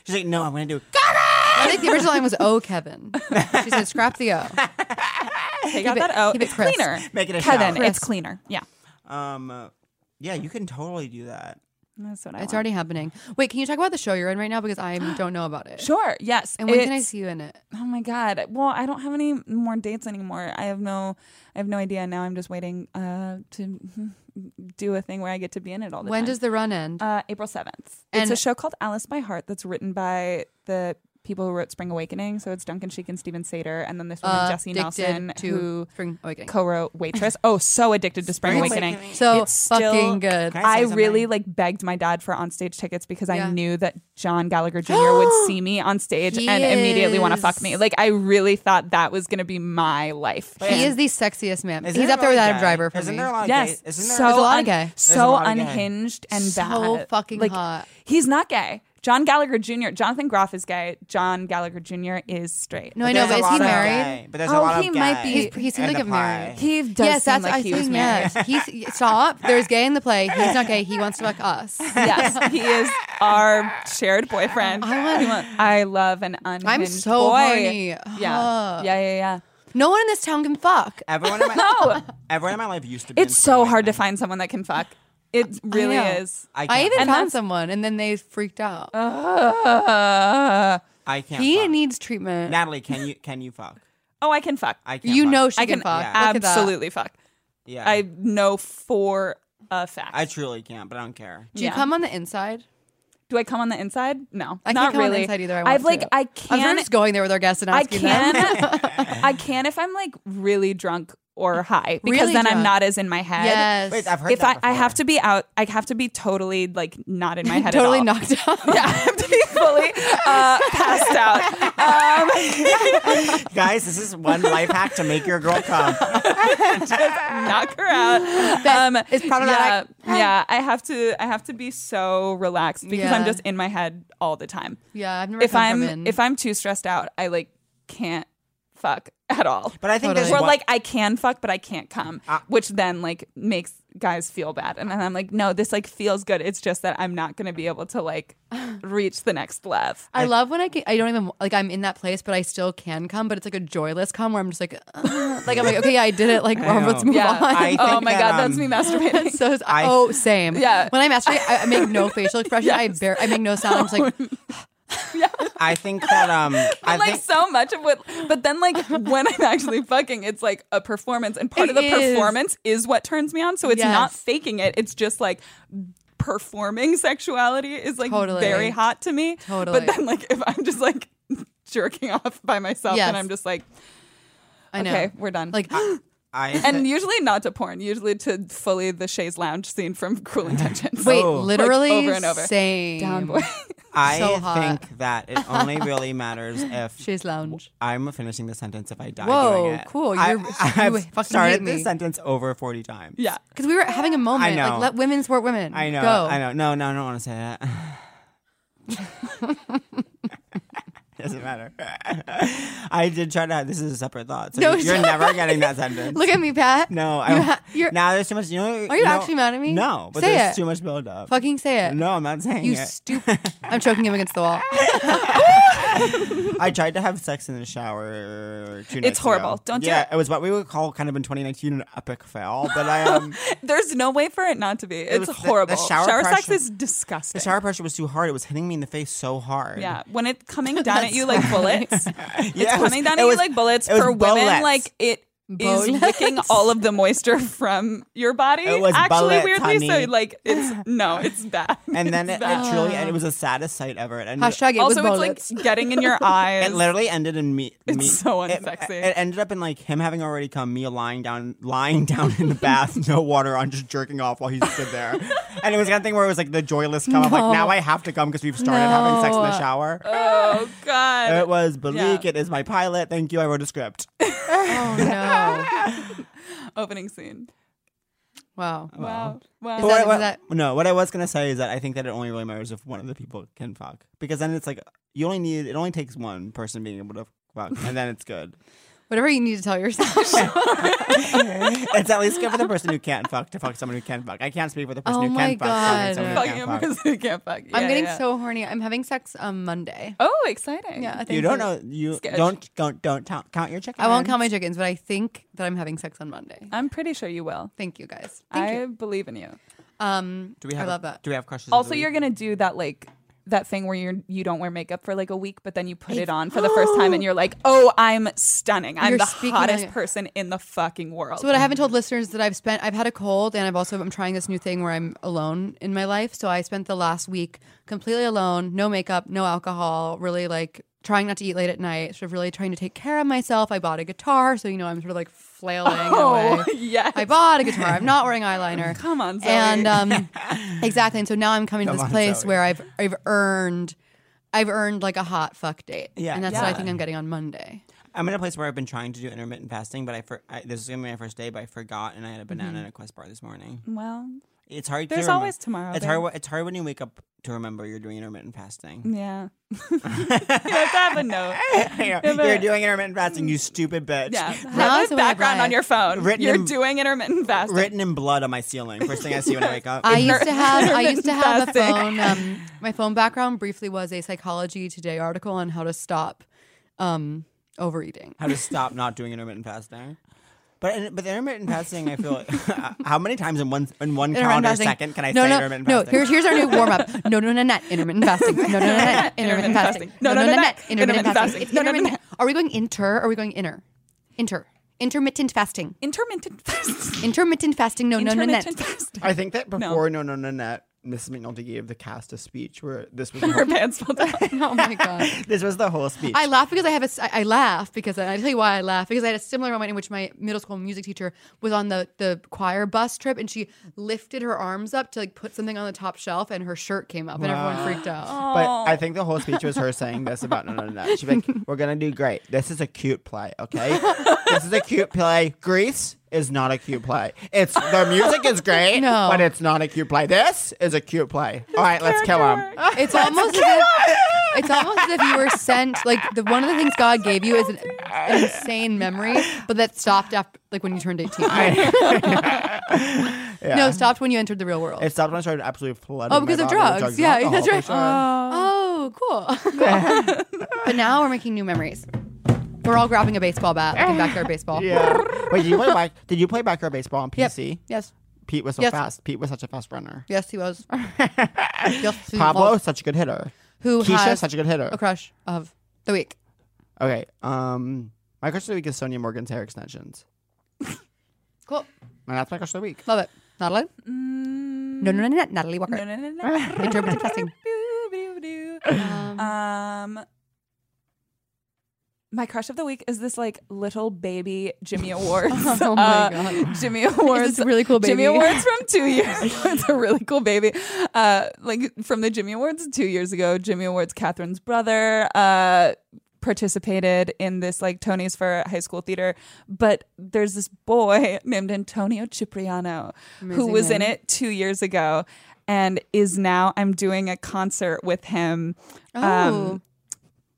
[SPEAKER 2] She's like, "No, I'm gonna do."
[SPEAKER 4] I think the original line was "Oh, Kevin." She said, "Scrap
[SPEAKER 3] [laughs]
[SPEAKER 4] the O."
[SPEAKER 3] Take out
[SPEAKER 4] it-
[SPEAKER 3] that out.
[SPEAKER 4] keep it
[SPEAKER 3] It's
[SPEAKER 4] crisp.
[SPEAKER 3] cleaner.
[SPEAKER 2] Make it a
[SPEAKER 3] Kevin,
[SPEAKER 2] shower.
[SPEAKER 3] it's cleaner. Yeah.
[SPEAKER 2] Um, uh, yeah, you can totally do that.
[SPEAKER 3] That's what I
[SPEAKER 4] It's
[SPEAKER 3] want.
[SPEAKER 4] already happening. Wait, can you talk about the show you're in right now
[SPEAKER 3] [gasps]
[SPEAKER 4] because I don't know about it.
[SPEAKER 3] Sure. Yes.
[SPEAKER 4] And when can I
[SPEAKER 3] It's-
[SPEAKER 4] see you in it?
[SPEAKER 3] Oh my god. Well, I don't have any more dates anymore. I have no I have no idea. Now I'm just waiting uh to [laughs] do a thing where I get to be in it all the
[SPEAKER 4] When
[SPEAKER 3] time.
[SPEAKER 4] does the run end?
[SPEAKER 3] Uh, April 7th. it's
[SPEAKER 4] And-
[SPEAKER 3] a show called Alice by Heart that's written by the people who wrote Spring Awakening. So it's Duncan Sheik and Steven Sater. And then this woman, Jessie
[SPEAKER 4] Uh, Addicted
[SPEAKER 3] Nelson,
[SPEAKER 4] to oh,
[SPEAKER 3] who
[SPEAKER 4] Spring Awakening.
[SPEAKER 3] co wrote Waitress. Oh, so addicted to Spring
[SPEAKER 2] Spring
[SPEAKER 3] Awakening.
[SPEAKER 2] Awakening.
[SPEAKER 4] so
[SPEAKER 3] It's still-
[SPEAKER 4] fucking good.
[SPEAKER 2] Can
[SPEAKER 3] I,
[SPEAKER 2] I say
[SPEAKER 3] really
[SPEAKER 2] something?
[SPEAKER 3] like begged my dad for onstage tickets because I
[SPEAKER 4] Yeah.
[SPEAKER 3] knew that John Gallagher Jr.
[SPEAKER 4] [gasps]
[SPEAKER 3] would see me on stage
[SPEAKER 4] He
[SPEAKER 3] and immediately want to
[SPEAKER 4] is-
[SPEAKER 3] fuck me. Like I really thought that was going to be my life.
[SPEAKER 4] He is the sexiest man. He's up there with Adam Driver for
[SPEAKER 2] isn't
[SPEAKER 4] me.
[SPEAKER 2] There a lot of
[SPEAKER 3] Yes,
[SPEAKER 2] gay? Isn't there
[SPEAKER 3] so
[SPEAKER 4] There's a lot of
[SPEAKER 3] un-
[SPEAKER 4] gay.
[SPEAKER 2] There's a
[SPEAKER 3] so
[SPEAKER 2] lot of gay.
[SPEAKER 3] unhinged and
[SPEAKER 4] So
[SPEAKER 3] bad.
[SPEAKER 4] fucking
[SPEAKER 3] like,
[SPEAKER 4] hot.
[SPEAKER 3] He's not gay. John Gallagher Jr. Jonathan Groff is gay. John Gallagher Jr. is straight.
[SPEAKER 4] No, I
[SPEAKER 3] Like,
[SPEAKER 4] know,
[SPEAKER 3] there's
[SPEAKER 4] but
[SPEAKER 3] a
[SPEAKER 4] is he
[SPEAKER 3] lot of-
[SPEAKER 4] married?
[SPEAKER 2] Gay, but there's
[SPEAKER 3] Oh,
[SPEAKER 2] a lot
[SPEAKER 3] he
[SPEAKER 2] of
[SPEAKER 3] might
[SPEAKER 2] gay
[SPEAKER 3] be-
[SPEAKER 4] He's- he seems
[SPEAKER 2] in
[SPEAKER 4] like
[SPEAKER 2] the
[SPEAKER 4] a married-
[SPEAKER 2] pie.
[SPEAKER 3] He does
[SPEAKER 4] yes,
[SPEAKER 3] seem
[SPEAKER 4] that's
[SPEAKER 3] like
[SPEAKER 4] I
[SPEAKER 3] he was
[SPEAKER 4] think.
[SPEAKER 3] married.
[SPEAKER 4] Yes, he's stop. There's gay in the play. He's not gay. He wants to
[SPEAKER 3] [laughs]
[SPEAKER 4] fuck
[SPEAKER 3] [laughs]
[SPEAKER 4] us. [laughs]
[SPEAKER 3] yes, he is our shared boyfriend.
[SPEAKER 4] I want-
[SPEAKER 3] He want- I love an unhinged
[SPEAKER 4] so
[SPEAKER 3] boy.
[SPEAKER 4] horny.
[SPEAKER 3] Yeah, yeah,
[SPEAKER 4] Huh.
[SPEAKER 3] yeah, yeah.
[SPEAKER 4] No one in this town can fuck.
[SPEAKER 2] Everyone in my
[SPEAKER 3] [laughs] No,
[SPEAKER 2] everyone in my life used to be. in
[SPEAKER 3] it's
[SPEAKER 2] Spring
[SPEAKER 3] so hard to
[SPEAKER 2] Awakening.
[SPEAKER 3] find someone that can fuck. It really
[SPEAKER 4] know.
[SPEAKER 3] is.
[SPEAKER 2] I,
[SPEAKER 4] I
[SPEAKER 2] can't
[SPEAKER 4] even
[SPEAKER 2] fuck.
[SPEAKER 4] found someone, and then they freaked out.
[SPEAKER 3] Uh,
[SPEAKER 2] I can't.
[SPEAKER 4] he
[SPEAKER 2] fuck.
[SPEAKER 4] needs treatment.
[SPEAKER 2] Natalie. Can you can you fuck?
[SPEAKER 3] oh, I can fuck.
[SPEAKER 2] I can't.
[SPEAKER 4] you
[SPEAKER 2] fuck.
[SPEAKER 4] know she
[SPEAKER 3] I
[SPEAKER 4] can,
[SPEAKER 3] can
[SPEAKER 4] fuck.
[SPEAKER 2] yeah.
[SPEAKER 4] Look at that.
[SPEAKER 3] absolutely fuck.
[SPEAKER 2] Yeah,
[SPEAKER 3] I know for a fact.
[SPEAKER 2] I truly can't, but I don't care. [laughs]
[SPEAKER 4] Do you
[SPEAKER 3] Yeah.
[SPEAKER 4] come on the inside?
[SPEAKER 3] Do I come on the inside? No,
[SPEAKER 4] I
[SPEAKER 3] not
[SPEAKER 4] can't come on
[SPEAKER 3] really.
[SPEAKER 4] the inside either. I
[SPEAKER 3] have like
[SPEAKER 4] want to.
[SPEAKER 3] I
[SPEAKER 4] I'm sure
[SPEAKER 3] can.
[SPEAKER 4] just going there with our guests and
[SPEAKER 3] I
[SPEAKER 4] asking
[SPEAKER 3] can.
[SPEAKER 4] them.
[SPEAKER 3] I can if I'm like really drunk or high because
[SPEAKER 4] Really
[SPEAKER 3] then I'm
[SPEAKER 4] drunk.
[SPEAKER 3] not as in my head.
[SPEAKER 4] [laughs] yes.
[SPEAKER 2] Wait, I've heard
[SPEAKER 3] If I,
[SPEAKER 2] that
[SPEAKER 3] I
[SPEAKER 2] before.
[SPEAKER 3] have to be out, I have to be totally like not in my head. at
[SPEAKER 4] totally
[SPEAKER 3] all.
[SPEAKER 4] knocked out.
[SPEAKER 3] [laughs]
[SPEAKER 4] [laughs]
[SPEAKER 3] Yeah, I have to be fully uh, passed out. [laughs]
[SPEAKER 2] Guys, this is one life hack to make your girl come.
[SPEAKER 3] Knock her out. Um,
[SPEAKER 4] It's
[SPEAKER 3] yeah,
[SPEAKER 4] problematic.
[SPEAKER 3] yeah, I have to. I have to be so relaxed because I'm
[SPEAKER 4] Yeah.
[SPEAKER 3] just in my head all the time.
[SPEAKER 4] Yeah, I've never
[SPEAKER 3] If
[SPEAKER 4] come
[SPEAKER 3] I'm
[SPEAKER 4] from in.
[SPEAKER 3] if I'm too stressed out, I like can't fuck at all.
[SPEAKER 2] But I think
[SPEAKER 4] Totally.
[SPEAKER 2] there's
[SPEAKER 3] Or
[SPEAKER 2] one- Ah.
[SPEAKER 3] like I can fuck, but I can't come, which then like makes guys feel bad, and then I'm like, no, this like feels good. It's just that I'm not gonna be able to like reach the next level.
[SPEAKER 4] I love when I can, I don't even like I'm in that place, but I still can come. But it's like a joyless come where I'm just like, uh, like I'm like, okay, yeah, I did it. Like, [laughs] well,
[SPEAKER 2] know.
[SPEAKER 4] let's move
[SPEAKER 3] Yeah.
[SPEAKER 4] on.
[SPEAKER 2] I
[SPEAKER 3] oh
[SPEAKER 2] think
[SPEAKER 3] my
[SPEAKER 2] that,
[SPEAKER 3] god,
[SPEAKER 2] um,
[SPEAKER 3] that's me masturbating. [laughs]
[SPEAKER 4] [laughs] so it's,
[SPEAKER 2] I-
[SPEAKER 4] oh, same.
[SPEAKER 3] Yeah.
[SPEAKER 4] When I'm actually, I I make no facial expression. I bear, I make no sound. I'm just like,
[SPEAKER 2] I think that
[SPEAKER 3] [laughs]
[SPEAKER 2] um, I
[SPEAKER 3] I'm like
[SPEAKER 2] think
[SPEAKER 3] so much of what, but then like when I'm actually fucking, it's like a performance, and part
[SPEAKER 4] It
[SPEAKER 3] of the
[SPEAKER 4] is.
[SPEAKER 3] performance is what turns me on. So it's
[SPEAKER 4] Yes.
[SPEAKER 3] not faking it; it's just like performing sexuality is like
[SPEAKER 4] Totally.
[SPEAKER 3] very hot to me.
[SPEAKER 4] Totally.
[SPEAKER 3] But then like if I'm just like [laughs] jerking off by myself,
[SPEAKER 4] Yes.
[SPEAKER 3] and I'm just like,
[SPEAKER 4] I know.
[SPEAKER 3] okay, we're done. [gasps]
[SPEAKER 4] Like,
[SPEAKER 2] I
[SPEAKER 3] and usually not to porn, usually to fully the Chaise Lounge scene from [laughs] Cruel Intentions.
[SPEAKER 4] wait,
[SPEAKER 2] Oh.
[SPEAKER 4] literally
[SPEAKER 3] Like, over and over.
[SPEAKER 4] same.
[SPEAKER 3] down
[SPEAKER 4] [laughs]
[SPEAKER 3] boy.
[SPEAKER 2] I
[SPEAKER 4] so hot.
[SPEAKER 2] think that it only really matters if
[SPEAKER 4] She's lounge.
[SPEAKER 2] I'm finishing the sentence if I die.
[SPEAKER 4] Whoa,
[SPEAKER 2] doing it.
[SPEAKER 4] cool.
[SPEAKER 2] [laughs] I,
[SPEAKER 4] You're-
[SPEAKER 2] I've
[SPEAKER 4] you fucking
[SPEAKER 2] started
[SPEAKER 4] hate me.
[SPEAKER 2] this sentence over 40 times.
[SPEAKER 3] [laughs] yeah.
[SPEAKER 4] Because we were having a moment.
[SPEAKER 2] know.
[SPEAKER 4] Like, let women support women.
[SPEAKER 2] I know.
[SPEAKER 4] Go.
[SPEAKER 2] I know. No, no, I don't want to say that. [laughs] Doesn't matter. [laughs] I did try to. This is a separate thought. So
[SPEAKER 4] No,
[SPEAKER 2] you're
[SPEAKER 4] shut
[SPEAKER 2] never getting
[SPEAKER 4] [laughs]
[SPEAKER 2] that sentence.
[SPEAKER 4] Look at me, Pat.
[SPEAKER 2] no,
[SPEAKER 4] You
[SPEAKER 2] I.
[SPEAKER 4] ha-
[SPEAKER 2] now
[SPEAKER 4] you're-
[SPEAKER 2] there's too much. You know,
[SPEAKER 4] Are you actually mad at me?
[SPEAKER 2] No, but
[SPEAKER 4] Say
[SPEAKER 2] there's
[SPEAKER 4] it.
[SPEAKER 2] too much buildup.
[SPEAKER 4] Fucking say it.
[SPEAKER 2] No, I'm not saying
[SPEAKER 4] You
[SPEAKER 2] it.
[SPEAKER 4] stupid. I'm choking him against the wall.
[SPEAKER 2] I tried to have sex in the shower. Two nights
[SPEAKER 3] horrible.
[SPEAKER 2] ago.
[SPEAKER 3] Don't do
[SPEAKER 2] yeah,
[SPEAKER 3] it.
[SPEAKER 2] it was what we would call kind of in 2019 an epic fail. But I
[SPEAKER 4] [laughs]
[SPEAKER 2] um,
[SPEAKER 3] There's no way for it not to be. It's
[SPEAKER 2] was the- the
[SPEAKER 3] horrible.
[SPEAKER 2] shower
[SPEAKER 3] sex
[SPEAKER 2] pressure-
[SPEAKER 3] is disgusting.
[SPEAKER 2] the shower pressure was too hard. It was hitting me in the face so [laughs] hard.
[SPEAKER 3] Yeah, when it's coming down at you like bullets,
[SPEAKER 2] yeah, [laughs]
[SPEAKER 3] it's
[SPEAKER 2] it was-
[SPEAKER 3] coming down
[SPEAKER 2] it
[SPEAKER 3] at you
[SPEAKER 2] was-
[SPEAKER 3] like bullets
[SPEAKER 2] it was
[SPEAKER 3] for women.
[SPEAKER 2] bullets.
[SPEAKER 3] Like it is
[SPEAKER 4] Bolex.
[SPEAKER 3] wicking all of the moisture [laughs] from your body.
[SPEAKER 2] It was
[SPEAKER 3] Actually,
[SPEAKER 2] Bolex,
[SPEAKER 3] weirdly,
[SPEAKER 2] honey.
[SPEAKER 3] so like
[SPEAKER 2] [laughs]
[SPEAKER 3] it's no, it's bad.
[SPEAKER 2] And
[SPEAKER 3] [laughs]
[SPEAKER 2] then
[SPEAKER 3] It's
[SPEAKER 2] it,
[SPEAKER 3] bad.
[SPEAKER 2] it truly, and it was the saddest sight ever. It ended,
[SPEAKER 4] Hashtag it
[SPEAKER 3] also
[SPEAKER 4] with
[SPEAKER 3] it's like getting
[SPEAKER 2] [laughs]
[SPEAKER 3] in your eyes.
[SPEAKER 2] It literally ended in me.
[SPEAKER 3] It's
[SPEAKER 2] me-
[SPEAKER 3] so
[SPEAKER 2] it-
[SPEAKER 3] unsexy.
[SPEAKER 2] It, ended up in like him having already come, Mia lying down, lying down in the bath, no water on, just jerking off while he stood
[SPEAKER 3] [laughs]
[SPEAKER 2] there. and it was kind of thing where it was like the joyless come. I'm like, now I have to come because we've started having sex in the
[SPEAKER 4] No.
[SPEAKER 2] shower.
[SPEAKER 3] oh god.
[SPEAKER 2] it was Balik.
[SPEAKER 3] yeah.
[SPEAKER 2] It is my pilot. Thank you. I wrote a script.
[SPEAKER 4] oh no!
[SPEAKER 3] Opening scene.
[SPEAKER 4] Wow.
[SPEAKER 3] Wow. Wow.
[SPEAKER 4] Is that-
[SPEAKER 2] what,
[SPEAKER 4] is that-
[SPEAKER 2] no, what I was gonna say is that I think that it only really matters if one of the people can fuck because then it's like you only need it only takes one person being able to
[SPEAKER 4] [laughs]
[SPEAKER 2] fuck and then it's good.
[SPEAKER 4] Whatever you need to
[SPEAKER 3] [laughs]
[SPEAKER 4] tell yourself.
[SPEAKER 2] it's at least good for the person who can't fuck to fuck someone who can fuck. I can't speak for the person
[SPEAKER 4] Oh
[SPEAKER 2] who
[SPEAKER 4] my
[SPEAKER 2] can fuck. to fuck
[SPEAKER 4] God.
[SPEAKER 2] someone who
[SPEAKER 3] fucking
[SPEAKER 2] can't
[SPEAKER 3] him
[SPEAKER 2] fuck.
[SPEAKER 3] because he can't fuck.
[SPEAKER 4] I'm
[SPEAKER 3] Yeah,
[SPEAKER 4] getting
[SPEAKER 3] yeah.
[SPEAKER 4] so horny. I'm having sex on Monday.
[SPEAKER 3] Oh, exciting.
[SPEAKER 4] Yeah, I think
[SPEAKER 2] You don't
[SPEAKER 4] that-
[SPEAKER 2] know. You
[SPEAKER 3] Sketch.
[SPEAKER 2] don't don't don't count, count your chicken.
[SPEAKER 4] I won't count my chickens, but I think that I'm having sex on Monday.
[SPEAKER 3] I'm pretty sure you will.
[SPEAKER 4] Thank you guys. Thank
[SPEAKER 3] I
[SPEAKER 4] you.
[SPEAKER 3] believe in you.
[SPEAKER 4] Um,
[SPEAKER 2] Do we have?
[SPEAKER 4] I love
[SPEAKER 2] a-
[SPEAKER 4] that.
[SPEAKER 2] Do we have crushes? of the
[SPEAKER 3] Also,
[SPEAKER 2] week?
[SPEAKER 3] you're gonna do that like that thing where you're you don't wear makeup for like a week, but then you put it on for the first time and you're like, oh, I'm stunning. I'm
[SPEAKER 4] You're
[SPEAKER 3] the
[SPEAKER 4] speaking
[SPEAKER 3] hottest
[SPEAKER 4] on it.
[SPEAKER 3] person in the fucking world.
[SPEAKER 4] So what I haven't told listeners that I've spent I've had a cold and I've also I'm trying this new thing where I'm alone in my life. So I spent the last week completely alone, no makeup, no alcohol, really like trying not to eat late at night, sort of really trying to take care of myself. I bought a guitar, so you know I'm sort of like flailing
[SPEAKER 3] oh
[SPEAKER 4] away.
[SPEAKER 3] [laughs] yes.
[SPEAKER 4] I bought a guitar. I'm not wearing eyeliner.
[SPEAKER 3] Come on, Zoe.
[SPEAKER 2] [laughs]
[SPEAKER 4] and um, exactly. And so now I'm coming
[SPEAKER 2] Come
[SPEAKER 4] to
[SPEAKER 2] on,
[SPEAKER 4] this place
[SPEAKER 2] Zoe.
[SPEAKER 4] where I've I've earned I've earned like a hot fuck date.
[SPEAKER 2] Yeah.
[SPEAKER 4] and that's what I
[SPEAKER 2] Yeah.
[SPEAKER 4] think I'm getting on Monday.
[SPEAKER 2] I'm in a place where I've been trying to do intermittent fasting, but I, for, I this is gonna be my first day, but I forgot, and I had a
[SPEAKER 4] Mm-hmm.
[SPEAKER 2] banana and a Quest bar this morning.
[SPEAKER 3] well,
[SPEAKER 2] It's hard.
[SPEAKER 3] There's
[SPEAKER 2] to remem-
[SPEAKER 3] always tomorrow,
[SPEAKER 2] It's
[SPEAKER 3] babe.
[SPEAKER 2] hard. It's hard when you wake up to remember you're doing intermittent fasting.
[SPEAKER 3] yeah. [laughs] you have to have a note.
[SPEAKER 2] [laughs] you're doing intermittent fasting,
[SPEAKER 4] Mm.
[SPEAKER 2] you stupid bitch.
[SPEAKER 4] [laughs]
[SPEAKER 3] Yeah.
[SPEAKER 4] Now
[SPEAKER 3] Have
[SPEAKER 4] it's
[SPEAKER 3] a
[SPEAKER 4] a way of
[SPEAKER 3] background on
[SPEAKER 4] life.
[SPEAKER 3] your phone.
[SPEAKER 2] Written
[SPEAKER 3] you're
[SPEAKER 2] in-
[SPEAKER 3] doing intermittent fasting.
[SPEAKER 2] [laughs] Written in blood on my ceiling. First thing I
[SPEAKER 4] [laughs]
[SPEAKER 2] see when I wake up.
[SPEAKER 4] I used to have I used to have a
[SPEAKER 3] Fascinating.
[SPEAKER 4] phone. Um, my phone background briefly was a Psychology Today article on how to stop um, overeating.
[SPEAKER 2] how to stop not doing intermittent fasting. But but the intermittent fasting, I feel [laughs] how many times in one in one
[SPEAKER 4] Intermittent
[SPEAKER 2] calendar
[SPEAKER 4] fasting.
[SPEAKER 2] second can I
[SPEAKER 4] no,
[SPEAKER 2] say
[SPEAKER 4] no,
[SPEAKER 2] intermittent
[SPEAKER 4] no.
[SPEAKER 2] fasting?
[SPEAKER 4] Here's here's our new warm
[SPEAKER 2] [laughs]
[SPEAKER 4] up. No, no, no, no. Intermittent fasting. No, no, no, no.
[SPEAKER 3] Intermittent
[SPEAKER 4] Intermittent
[SPEAKER 3] fasting.
[SPEAKER 4] fasting.
[SPEAKER 3] No, no, no, no.
[SPEAKER 4] Intermittent
[SPEAKER 3] Intermittent
[SPEAKER 4] fasting.
[SPEAKER 3] fasting.
[SPEAKER 4] It's
[SPEAKER 3] No, no, no,
[SPEAKER 4] intermittent. Are we going inter? Or are we going inner? Inter. Intermittent fasting.
[SPEAKER 3] intermittent fasting.
[SPEAKER 4] Intermittent fasting. [laughs] No, no, no, no.
[SPEAKER 3] intermittent fasting.
[SPEAKER 2] I think that before no no no net, Mrs. McNulty gave the cast a speech where
[SPEAKER 3] [laughs]
[SPEAKER 2] this was
[SPEAKER 3] Her pants fell
[SPEAKER 4] [laughs]
[SPEAKER 3] down.
[SPEAKER 4] Oh my god.
[SPEAKER 2] [laughs] this was the whole speech.
[SPEAKER 4] I laugh because I have a. s- I I laugh because I I tell you why I laugh because I had a similar moment in which my middle school music teacher was on the the choir bus trip and she lifted her arms up to like put something on the top shelf and her shirt came up and everyone freaked out.
[SPEAKER 2] But I think the whole speech was her saying this about no, no, no. She's
[SPEAKER 4] [laughs]
[SPEAKER 2] like, "We're gonna do great. This is a cute play, okay? this is a cute play. Greece is not a cute play. It's their music is great,
[SPEAKER 4] No.
[SPEAKER 2] but it's not a cute play. This is a cute play. All right, let's kill him.
[SPEAKER 4] It's almost as if, it's almost as if you were sent like the one of the things God gave you is an, an insane memory, but that stopped after like when you turned eighteen. [laughs] No, it stopped when you entered the real world.
[SPEAKER 2] It stopped when I started absolutely flooding.
[SPEAKER 4] Oh, because
[SPEAKER 2] my
[SPEAKER 4] of
[SPEAKER 2] body with
[SPEAKER 4] drugs. yeah,
[SPEAKER 2] and
[SPEAKER 4] [laughs] that's
[SPEAKER 2] alcohol,
[SPEAKER 4] right.
[SPEAKER 2] for sure. [laughs]
[SPEAKER 4] Oh, cool. but now we're making new memories. We're all grabbing a baseball bat, like in backyard
[SPEAKER 2] [laughs]
[SPEAKER 4] baseball.
[SPEAKER 2] Yeah. Wait, did you play back? Did you play backyard baseball on
[SPEAKER 4] Oh. Yep.
[SPEAKER 2] PC?
[SPEAKER 4] Yes.
[SPEAKER 2] Pete was so
[SPEAKER 4] Yes.
[SPEAKER 2] fast. Pete was such a fast runner.
[SPEAKER 4] Yes, he
[SPEAKER 2] [laughs]
[SPEAKER 4] was. yes, he
[SPEAKER 2] Pablo,
[SPEAKER 4] was.
[SPEAKER 2] such a good hitter.
[SPEAKER 4] who
[SPEAKER 2] Keisha,
[SPEAKER 4] Mm, has
[SPEAKER 2] such a good hitter.
[SPEAKER 4] a crush of the week.
[SPEAKER 2] Okay. Um, my crush of the week is Sonia Morgan's hair extensions,
[SPEAKER 4] Cool.
[SPEAKER 2] and that's my crush of the week.
[SPEAKER 4] Love it. Natalie? No, no, no, no, Natalie Walker.
[SPEAKER 3] Mm, Mm-hmm. No, no, no, no. [laughs]
[SPEAKER 4] Interpretive testing. Um,
[SPEAKER 3] Um, my crush of the week is this like little baby
[SPEAKER 4] [laughs]
[SPEAKER 3] Jimmy Awards. Uh,
[SPEAKER 4] Oh my God.
[SPEAKER 3] Jimmy Awards.
[SPEAKER 4] Is this really cool baby?
[SPEAKER 3] Jimmy Awards from
[SPEAKER 4] [laughs]
[SPEAKER 3] two years. [laughs] ago. it's a really cool baby. Uh, like from the Jimmy Awards two years ago. Jimmy Awards. Catherine's brother. Uh, participated in this like Tony's for high school theater but there's this boy [laughs] named Antonio Cipriano who
[SPEAKER 4] Amazing
[SPEAKER 3] was in
[SPEAKER 4] name.
[SPEAKER 3] it 2 years ago and is now I'm doing a concert with him
[SPEAKER 4] Oh.
[SPEAKER 3] Um,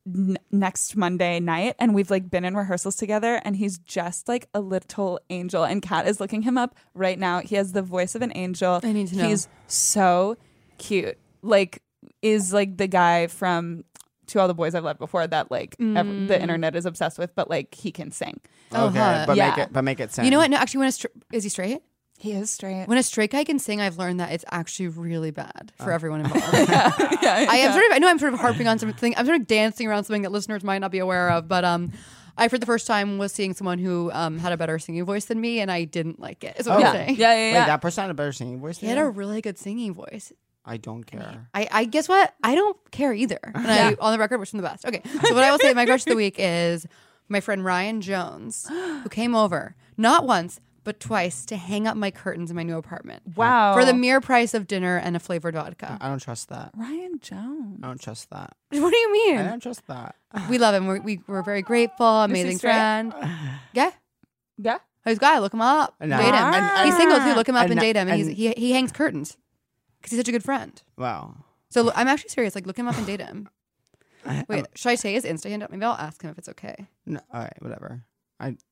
[SPEAKER 3] n- next Monday night, and we've like been in rehearsals together, and he's just like a little angel. And Kat is looking him up right now. He has the voice of an angel.
[SPEAKER 4] I need to know.
[SPEAKER 3] He's so cute. Like, is like the guy from To All the Boys I've Loved Before that like ev-
[SPEAKER 4] Mm.
[SPEAKER 3] the internet is obsessed with, but like he can sing.
[SPEAKER 4] Oh, hot.
[SPEAKER 2] but make
[SPEAKER 3] Yeah.
[SPEAKER 2] it, but make it sound.
[SPEAKER 4] Oh. you know what? No, actually, when a str- is he straight?
[SPEAKER 3] He is straight.
[SPEAKER 4] When a straight guy can sing, I've learned that it's actually really bad for
[SPEAKER 3] [laughs]
[SPEAKER 4] everyone involved.
[SPEAKER 3] Oh. yeah,
[SPEAKER 4] I am sort of I know I'm sort of harping on something. I'm sort of dancing around something that listeners might not be aware of, but um I, for the first time, was seeing someone who um, had a better singing voice than me, and I didn't like it. Is what
[SPEAKER 2] Oh.
[SPEAKER 4] I'm
[SPEAKER 3] yeah.
[SPEAKER 4] saying.
[SPEAKER 3] yeah, yeah,
[SPEAKER 2] Wait,
[SPEAKER 3] yeah.
[SPEAKER 2] that person had a better singing voice.
[SPEAKER 4] He
[SPEAKER 2] than
[SPEAKER 4] had a
[SPEAKER 2] you?
[SPEAKER 4] really good singing voice.
[SPEAKER 2] I don't care.
[SPEAKER 4] I, I guess what I don't
[SPEAKER 3] [laughs]
[SPEAKER 4] care either. And I, on the record, which from the best. Okay, so what I will say, my crush of the week is my friend Ryan
[SPEAKER 3] [gasps]
[SPEAKER 4] Jones, who came over not once but twice to hang up my curtains in my new apartment
[SPEAKER 3] wow.
[SPEAKER 2] Oh.
[SPEAKER 4] for the mere price of dinner and a flavored vodka.
[SPEAKER 2] I don't trust that.
[SPEAKER 3] Ryan Jones.
[SPEAKER 2] I don't trust that. [laughs]
[SPEAKER 4] What do you
[SPEAKER 2] I
[SPEAKER 4] mean?
[SPEAKER 2] don't trust that.
[SPEAKER 4] Uh, We love him. We're, we, we're very grateful.
[SPEAKER 3] he
[SPEAKER 4] Amazing
[SPEAKER 3] straight?
[SPEAKER 4] friend. Yeah, Oh,
[SPEAKER 3] Yeah.
[SPEAKER 4] he's a guy. Look him up.
[SPEAKER 2] No.
[SPEAKER 4] Date him.
[SPEAKER 2] Uh, And-
[SPEAKER 4] he's single too. Look him up
[SPEAKER 2] and-
[SPEAKER 4] and, date him. And,
[SPEAKER 2] and-
[SPEAKER 4] he's, he he hangs curtains because he's such a good friend.
[SPEAKER 2] Wow.
[SPEAKER 4] So look, I'm actually serious. Like, look him up and date him.
[SPEAKER 2] I-
[SPEAKER 4] Wait, should I say his Insta handle? Maybe I'll ask him if it's okay.
[SPEAKER 2] No, all right, whatever.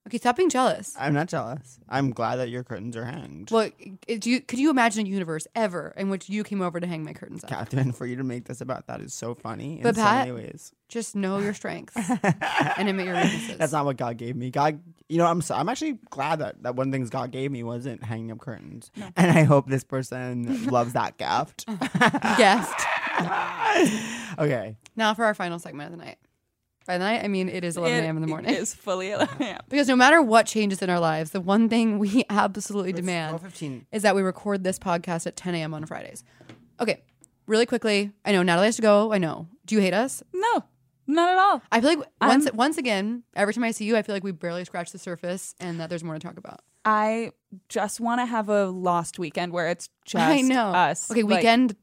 [SPEAKER 4] Okay, stop being jealous.
[SPEAKER 2] I'm not jealous. I'm glad that your curtains are hanged.
[SPEAKER 4] Well, i- do you, could you imagine a universe ever in which you came over to hang my curtains up?
[SPEAKER 2] Catherine, for you to make this about that is so funny in
[SPEAKER 4] But
[SPEAKER 2] so
[SPEAKER 4] Pat-
[SPEAKER 2] many ways.
[SPEAKER 4] Just know
[SPEAKER 2] [laughs]
[SPEAKER 4] your strengths and admit your weaknesses.
[SPEAKER 2] That's not what God gave me. God, you know, I'm so, I'm actually glad that that one thing God gave me wasn't hanging up curtains, and I hope this person loves
[SPEAKER 4] [laughs]
[SPEAKER 2] that gift.
[SPEAKER 4] guessed.
[SPEAKER 2] okay,
[SPEAKER 4] Now for our final segment of the night. By the night, I mean it is 11 a.m. in the morning. [laughs]
[SPEAKER 3] It is fully [laughs] 11 a.m.
[SPEAKER 4] Because no matter what changes in our lives, the one thing we [laughs] absolutely demand
[SPEAKER 2] 12:15.
[SPEAKER 4] is that we record this podcast at 10 a.m. on Fridays. Okay, really quickly. I know Natalie has to go. I know. Do you hate us?
[SPEAKER 3] No, not at all.
[SPEAKER 4] I feel like once once again, every time I see you, I feel like we barely scratched the surface and that there's more to talk about. [laughs]
[SPEAKER 3] I just want to have a lost weekend where it's just
[SPEAKER 4] [laughs] I know.
[SPEAKER 3] us.
[SPEAKER 4] Okay,
[SPEAKER 3] Like,
[SPEAKER 4] weekend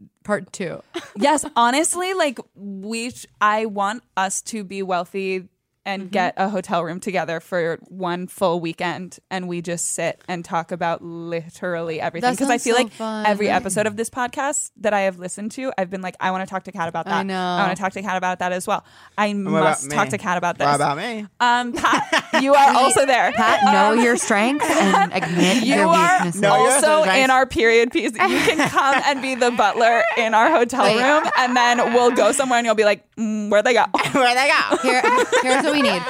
[SPEAKER 2] [laughs]
[SPEAKER 4] part two.
[SPEAKER 3] [laughs] yes, honestly, like we, sh- I want us to be wealthy and
[SPEAKER 4] Mm-hmm.
[SPEAKER 3] get a hotel room together for one full weekend, and we just sit and talk about literally everything.
[SPEAKER 4] That
[SPEAKER 3] Because I
[SPEAKER 4] sounds
[SPEAKER 3] feel
[SPEAKER 4] so
[SPEAKER 3] like
[SPEAKER 4] fun.
[SPEAKER 3] every
[SPEAKER 4] [laughs]
[SPEAKER 3] episode of this podcast that I have listened to, I've been like, I want to talk to Cat about that.
[SPEAKER 4] know.
[SPEAKER 3] I want to talk to Cat about that as well. I
[SPEAKER 2] what about
[SPEAKER 3] must talk
[SPEAKER 2] me?
[SPEAKER 3] to Cat about this.
[SPEAKER 2] what about me?
[SPEAKER 3] Um,
[SPEAKER 4] [laughs]
[SPEAKER 3] Pat, you are also there.
[SPEAKER 5] Pat, know your strengths and admit
[SPEAKER 3] You
[SPEAKER 5] your
[SPEAKER 3] are
[SPEAKER 5] weaknesses.
[SPEAKER 2] No, you're
[SPEAKER 3] also
[SPEAKER 2] sometimes-
[SPEAKER 3] in our period piece. You can come and be the
[SPEAKER 4] [laughs]
[SPEAKER 3] butler in our hotel
[SPEAKER 4] Wait.
[SPEAKER 3] room, and then we'll go somewhere and you'll be like, mm, where'd they go? [laughs]
[SPEAKER 2] Where they go?
[SPEAKER 4] Here, here's what we need.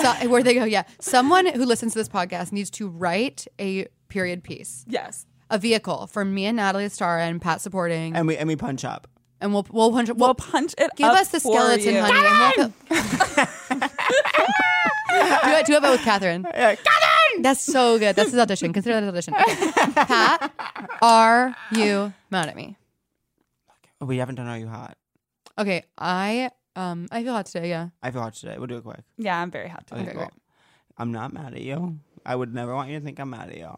[SPEAKER 4] So, where they go? Yeah, someone who listens to this podcast needs to write a period piece,
[SPEAKER 3] yes.
[SPEAKER 4] a vehicle for me and Natalie to star in, Pat supporting, and,
[SPEAKER 2] And we and we punch up.
[SPEAKER 4] we'll we'll punch. We'll,
[SPEAKER 3] We'll punch it
[SPEAKER 4] give
[SPEAKER 3] up
[SPEAKER 4] us the
[SPEAKER 3] for
[SPEAKER 4] skeleton,
[SPEAKER 3] you.
[SPEAKER 4] honey. And we'll do it. Do it, but
[SPEAKER 3] [laughs]
[SPEAKER 4] with Catherine. Catherine. That's so good. That's his audition. Consider that his audition. Okay. Pat, are you mad at me?
[SPEAKER 2] Oh, we haven't done Are You Hot?
[SPEAKER 4] Okay, I um I feel hot today. Yeah.
[SPEAKER 2] I feel hot today. We'll do it quick.
[SPEAKER 3] Yeah, I'm very hot. today.
[SPEAKER 2] Okay,
[SPEAKER 4] Okay,
[SPEAKER 2] cool.
[SPEAKER 4] great.
[SPEAKER 2] I'm not mad at you. I would never want you to think I'm mad at you.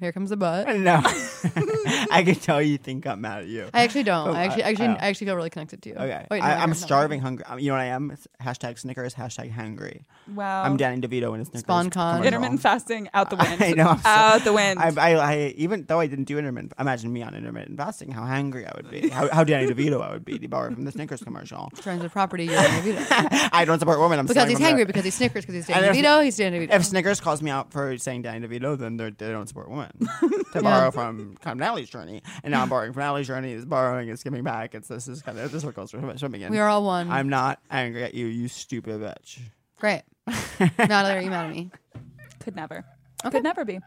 [SPEAKER 4] Here comes the butt.
[SPEAKER 2] No, [laughs] I can tell you think I'm mad at you.
[SPEAKER 4] I actually don't.
[SPEAKER 2] Oh,
[SPEAKER 4] I actually,
[SPEAKER 2] I-
[SPEAKER 4] actually,
[SPEAKER 2] oh.
[SPEAKER 4] I actually feel really connected to you.
[SPEAKER 2] Okay,
[SPEAKER 4] Wait, no,
[SPEAKER 2] I, I'm
[SPEAKER 4] you're not.
[SPEAKER 2] starving, hungry. Um, You know what I am? It's hashtag Snickers, hashtag hungry.
[SPEAKER 3] Wow.
[SPEAKER 2] I'm Danny DeVito in a Snickers.
[SPEAKER 4] Spawn con.
[SPEAKER 2] commercial.
[SPEAKER 3] Intermittent fasting out the wind.
[SPEAKER 2] [laughs] I know. I'm so-
[SPEAKER 3] out the wind.
[SPEAKER 2] I, I, I, even though I didn't do intermittent, imagine me on intermittent fasting, how hangry I would be, how, how Danny DeVito I would be, devoured from the Snickers
[SPEAKER 4] [laughs]
[SPEAKER 2] commercial.
[SPEAKER 4] Friends of property. You're
[SPEAKER 2] [laughs]
[SPEAKER 4] Danny DeVito.
[SPEAKER 2] I don't support women. I'm
[SPEAKER 4] because
[SPEAKER 2] stealing
[SPEAKER 4] he's
[SPEAKER 2] from their-
[SPEAKER 4] hangry. Because he's Snickers. Because he's Danny
[SPEAKER 2] And if-
[SPEAKER 4] DeVito. He's Danny DeVito.
[SPEAKER 2] If Snickers calls me out for saying Danny DeVito, then they're- they don't support
[SPEAKER 4] [laughs]
[SPEAKER 2] women. to borrow from kind of Natalie's journey, and now I'm borrowing from Natalie's journey. It's borrowing, it's giving back. It's this is kind of this is what goes for swimming in.
[SPEAKER 4] we are all one.
[SPEAKER 2] I'm not angry at you, you stupid bitch. [laughs]
[SPEAKER 4] Great. Natalie, are you mad at me?
[SPEAKER 3] Could never. Could never
[SPEAKER 4] [laughs]
[SPEAKER 3] be.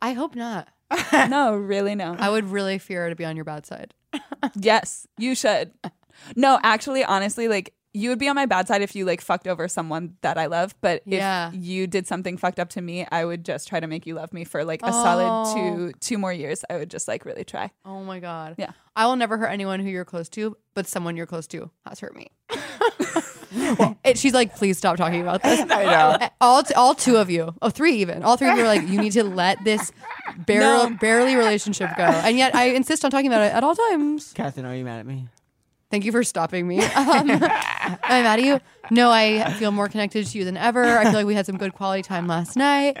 [SPEAKER 4] I hope not.
[SPEAKER 3] No, really, no.
[SPEAKER 4] I would really fear to be on your bad side.
[SPEAKER 3] Yes, you should. No, actually, honestly, like you would be on my bad side if you like fucked over someone that I love. But if
[SPEAKER 4] Yeah.
[SPEAKER 3] you did something fucked up to me, I would just try to make you love me for like a
[SPEAKER 4] Oh.
[SPEAKER 3] solid two two more years. I would just like really try.
[SPEAKER 4] Oh my god.
[SPEAKER 3] Yeah.
[SPEAKER 4] I will never hurt anyone who you're close to, but someone you're close to has hurt me. it, she's like, please stop talking about this.
[SPEAKER 2] I know.
[SPEAKER 4] all t- all two of you, oh three even, all three of you were like, you need to let this barely
[SPEAKER 3] No.
[SPEAKER 4] barely relationship go, and yet I insist on talking about it at all times.
[SPEAKER 2] Catherine, are you mad at me?
[SPEAKER 4] Thank you for stopping me. [laughs] Um, am I mad at you? No, I feel more connected to you than ever. I feel like we had some good quality time last night.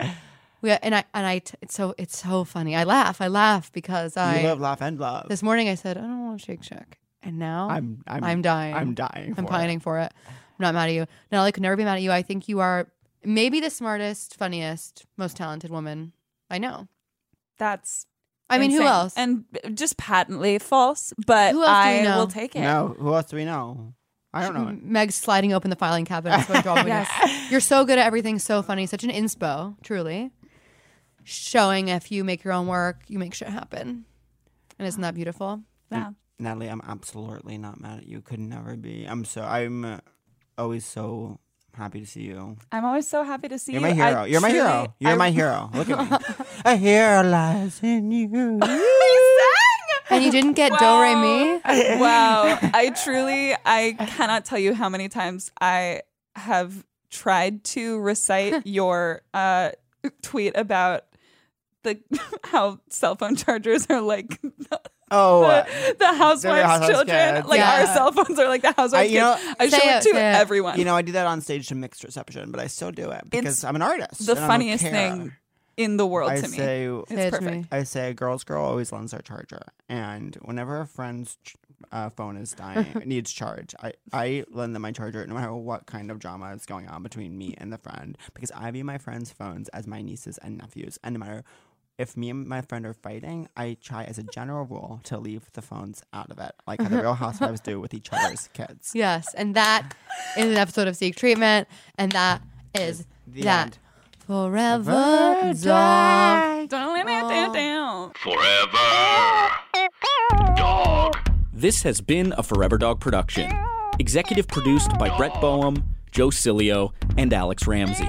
[SPEAKER 4] We and I and I. T- it's so it's so funny. I laugh. I laugh because I
[SPEAKER 2] you live, laugh, and love.
[SPEAKER 4] this morning I said I don't want Shake Shack, and now
[SPEAKER 2] I'm, I'm,
[SPEAKER 4] I'm dying.
[SPEAKER 2] I'm dying.
[SPEAKER 4] I'm
[SPEAKER 2] for
[SPEAKER 4] pining for it. I'm not mad at you. Natalie could never be mad at you. I think you are maybe the smartest, funniest, most talented woman I know.
[SPEAKER 3] That's
[SPEAKER 4] I mean, who
[SPEAKER 3] insane.
[SPEAKER 4] else?
[SPEAKER 3] And just patently false, but
[SPEAKER 4] Who else do
[SPEAKER 3] I
[SPEAKER 4] you know?
[SPEAKER 3] will take
[SPEAKER 2] it.
[SPEAKER 3] it.
[SPEAKER 2] No, who else do we know? I don't know.
[SPEAKER 4] Meg's sliding open the filing cabinet. That's
[SPEAKER 3] [laughs]
[SPEAKER 4] what drove me nuts. You're so good at everything, so funny, such an inspo, truly. Showing if you make your own work, you make shit happen. And isn't that beautiful?
[SPEAKER 3] Yeah.
[SPEAKER 2] Natalie, I'm absolutely not mad at you. Could never be. I'm so. I'm uh, always so Happy to see you.
[SPEAKER 3] I'm always so happy to see
[SPEAKER 2] You're
[SPEAKER 3] you.
[SPEAKER 2] my
[SPEAKER 3] I
[SPEAKER 2] hero. You're my
[SPEAKER 3] truly-
[SPEAKER 2] hero. You're
[SPEAKER 3] I-
[SPEAKER 2] my [laughs] hero. Look at me. A hero lies in you. [laughs]
[SPEAKER 4] And you didn't get do re mi.
[SPEAKER 2] [laughs]
[SPEAKER 3] wow. I truly, I cannot tell you how many times I have tried to
[SPEAKER 4] [laughs]
[SPEAKER 3] recite your uh, tweet about the [laughs] how cell phone chargers are like the,
[SPEAKER 2] Oh, uh,
[SPEAKER 3] housewives'
[SPEAKER 2] housewives'
[SPEAKER 3] children.
[SPEAKER 2] kids.
[SPEAKER 3] Like
[SPEAKER 4] Yeah.
[SPEAKER 3] our cell phones are like the housewives'
[SPEAKER 2] I- you know-
[SPEAKER 3] kids. I
[SPEAKER 4] Say
[SPEAKER 3] show it
[SPEAKER 4] it,
[SPEAKER 3] to
[SPEAKER 4] say it.
[SPEAKER 3] everyone.
[SPEAKER 2] you know, I do that on stage to mixed reception, but I still do it because I'm an artist.
[SPEAKER 3] the
[SPEAKER 2] and I don't
[SPEAKER 3] funniest
[SPEAKER 2] care.
[SPEAKER 3] thing in the world
[SPEAKER 2] I
[SPEAKER 3] to me.
[SPEAKER 2] say,
[SPEAKER 3] it's
[SPEAKER 4] Say it to
[SPEAKER 3] perfect.
[SPEAKER 4] me.
[SPEAKER 2] I say a girl's girl always lends her charger, and whenever a friend's ch- uh, phone is dying needs charge, I I lend them my charger no matter what kind of drama is going on between me and the friend because I view my friends' phones as my nieces and nephews, and no matter. If me and my friend are fighting, I try as a general rule to leave the phones out of it, like how the real housewives do with each other's kids.
[SPEAKER 4] Yes, and that is an episode of Seek Treatment, and that is
[SPEAKER 2] The
[SPEAKER 4] that.
[SPEAKER 2] end.
[SPEAKER 4] Forever dog.
[SPEAKER 3] Dun-dun-dun-dun-dun.
[SPEAKER 6] Forever. Dog.
[SPEAKER 7] This has been a Forever Dog production. Executive produced by Brett Boehm, Joe Cilio, and Alex Ramsey.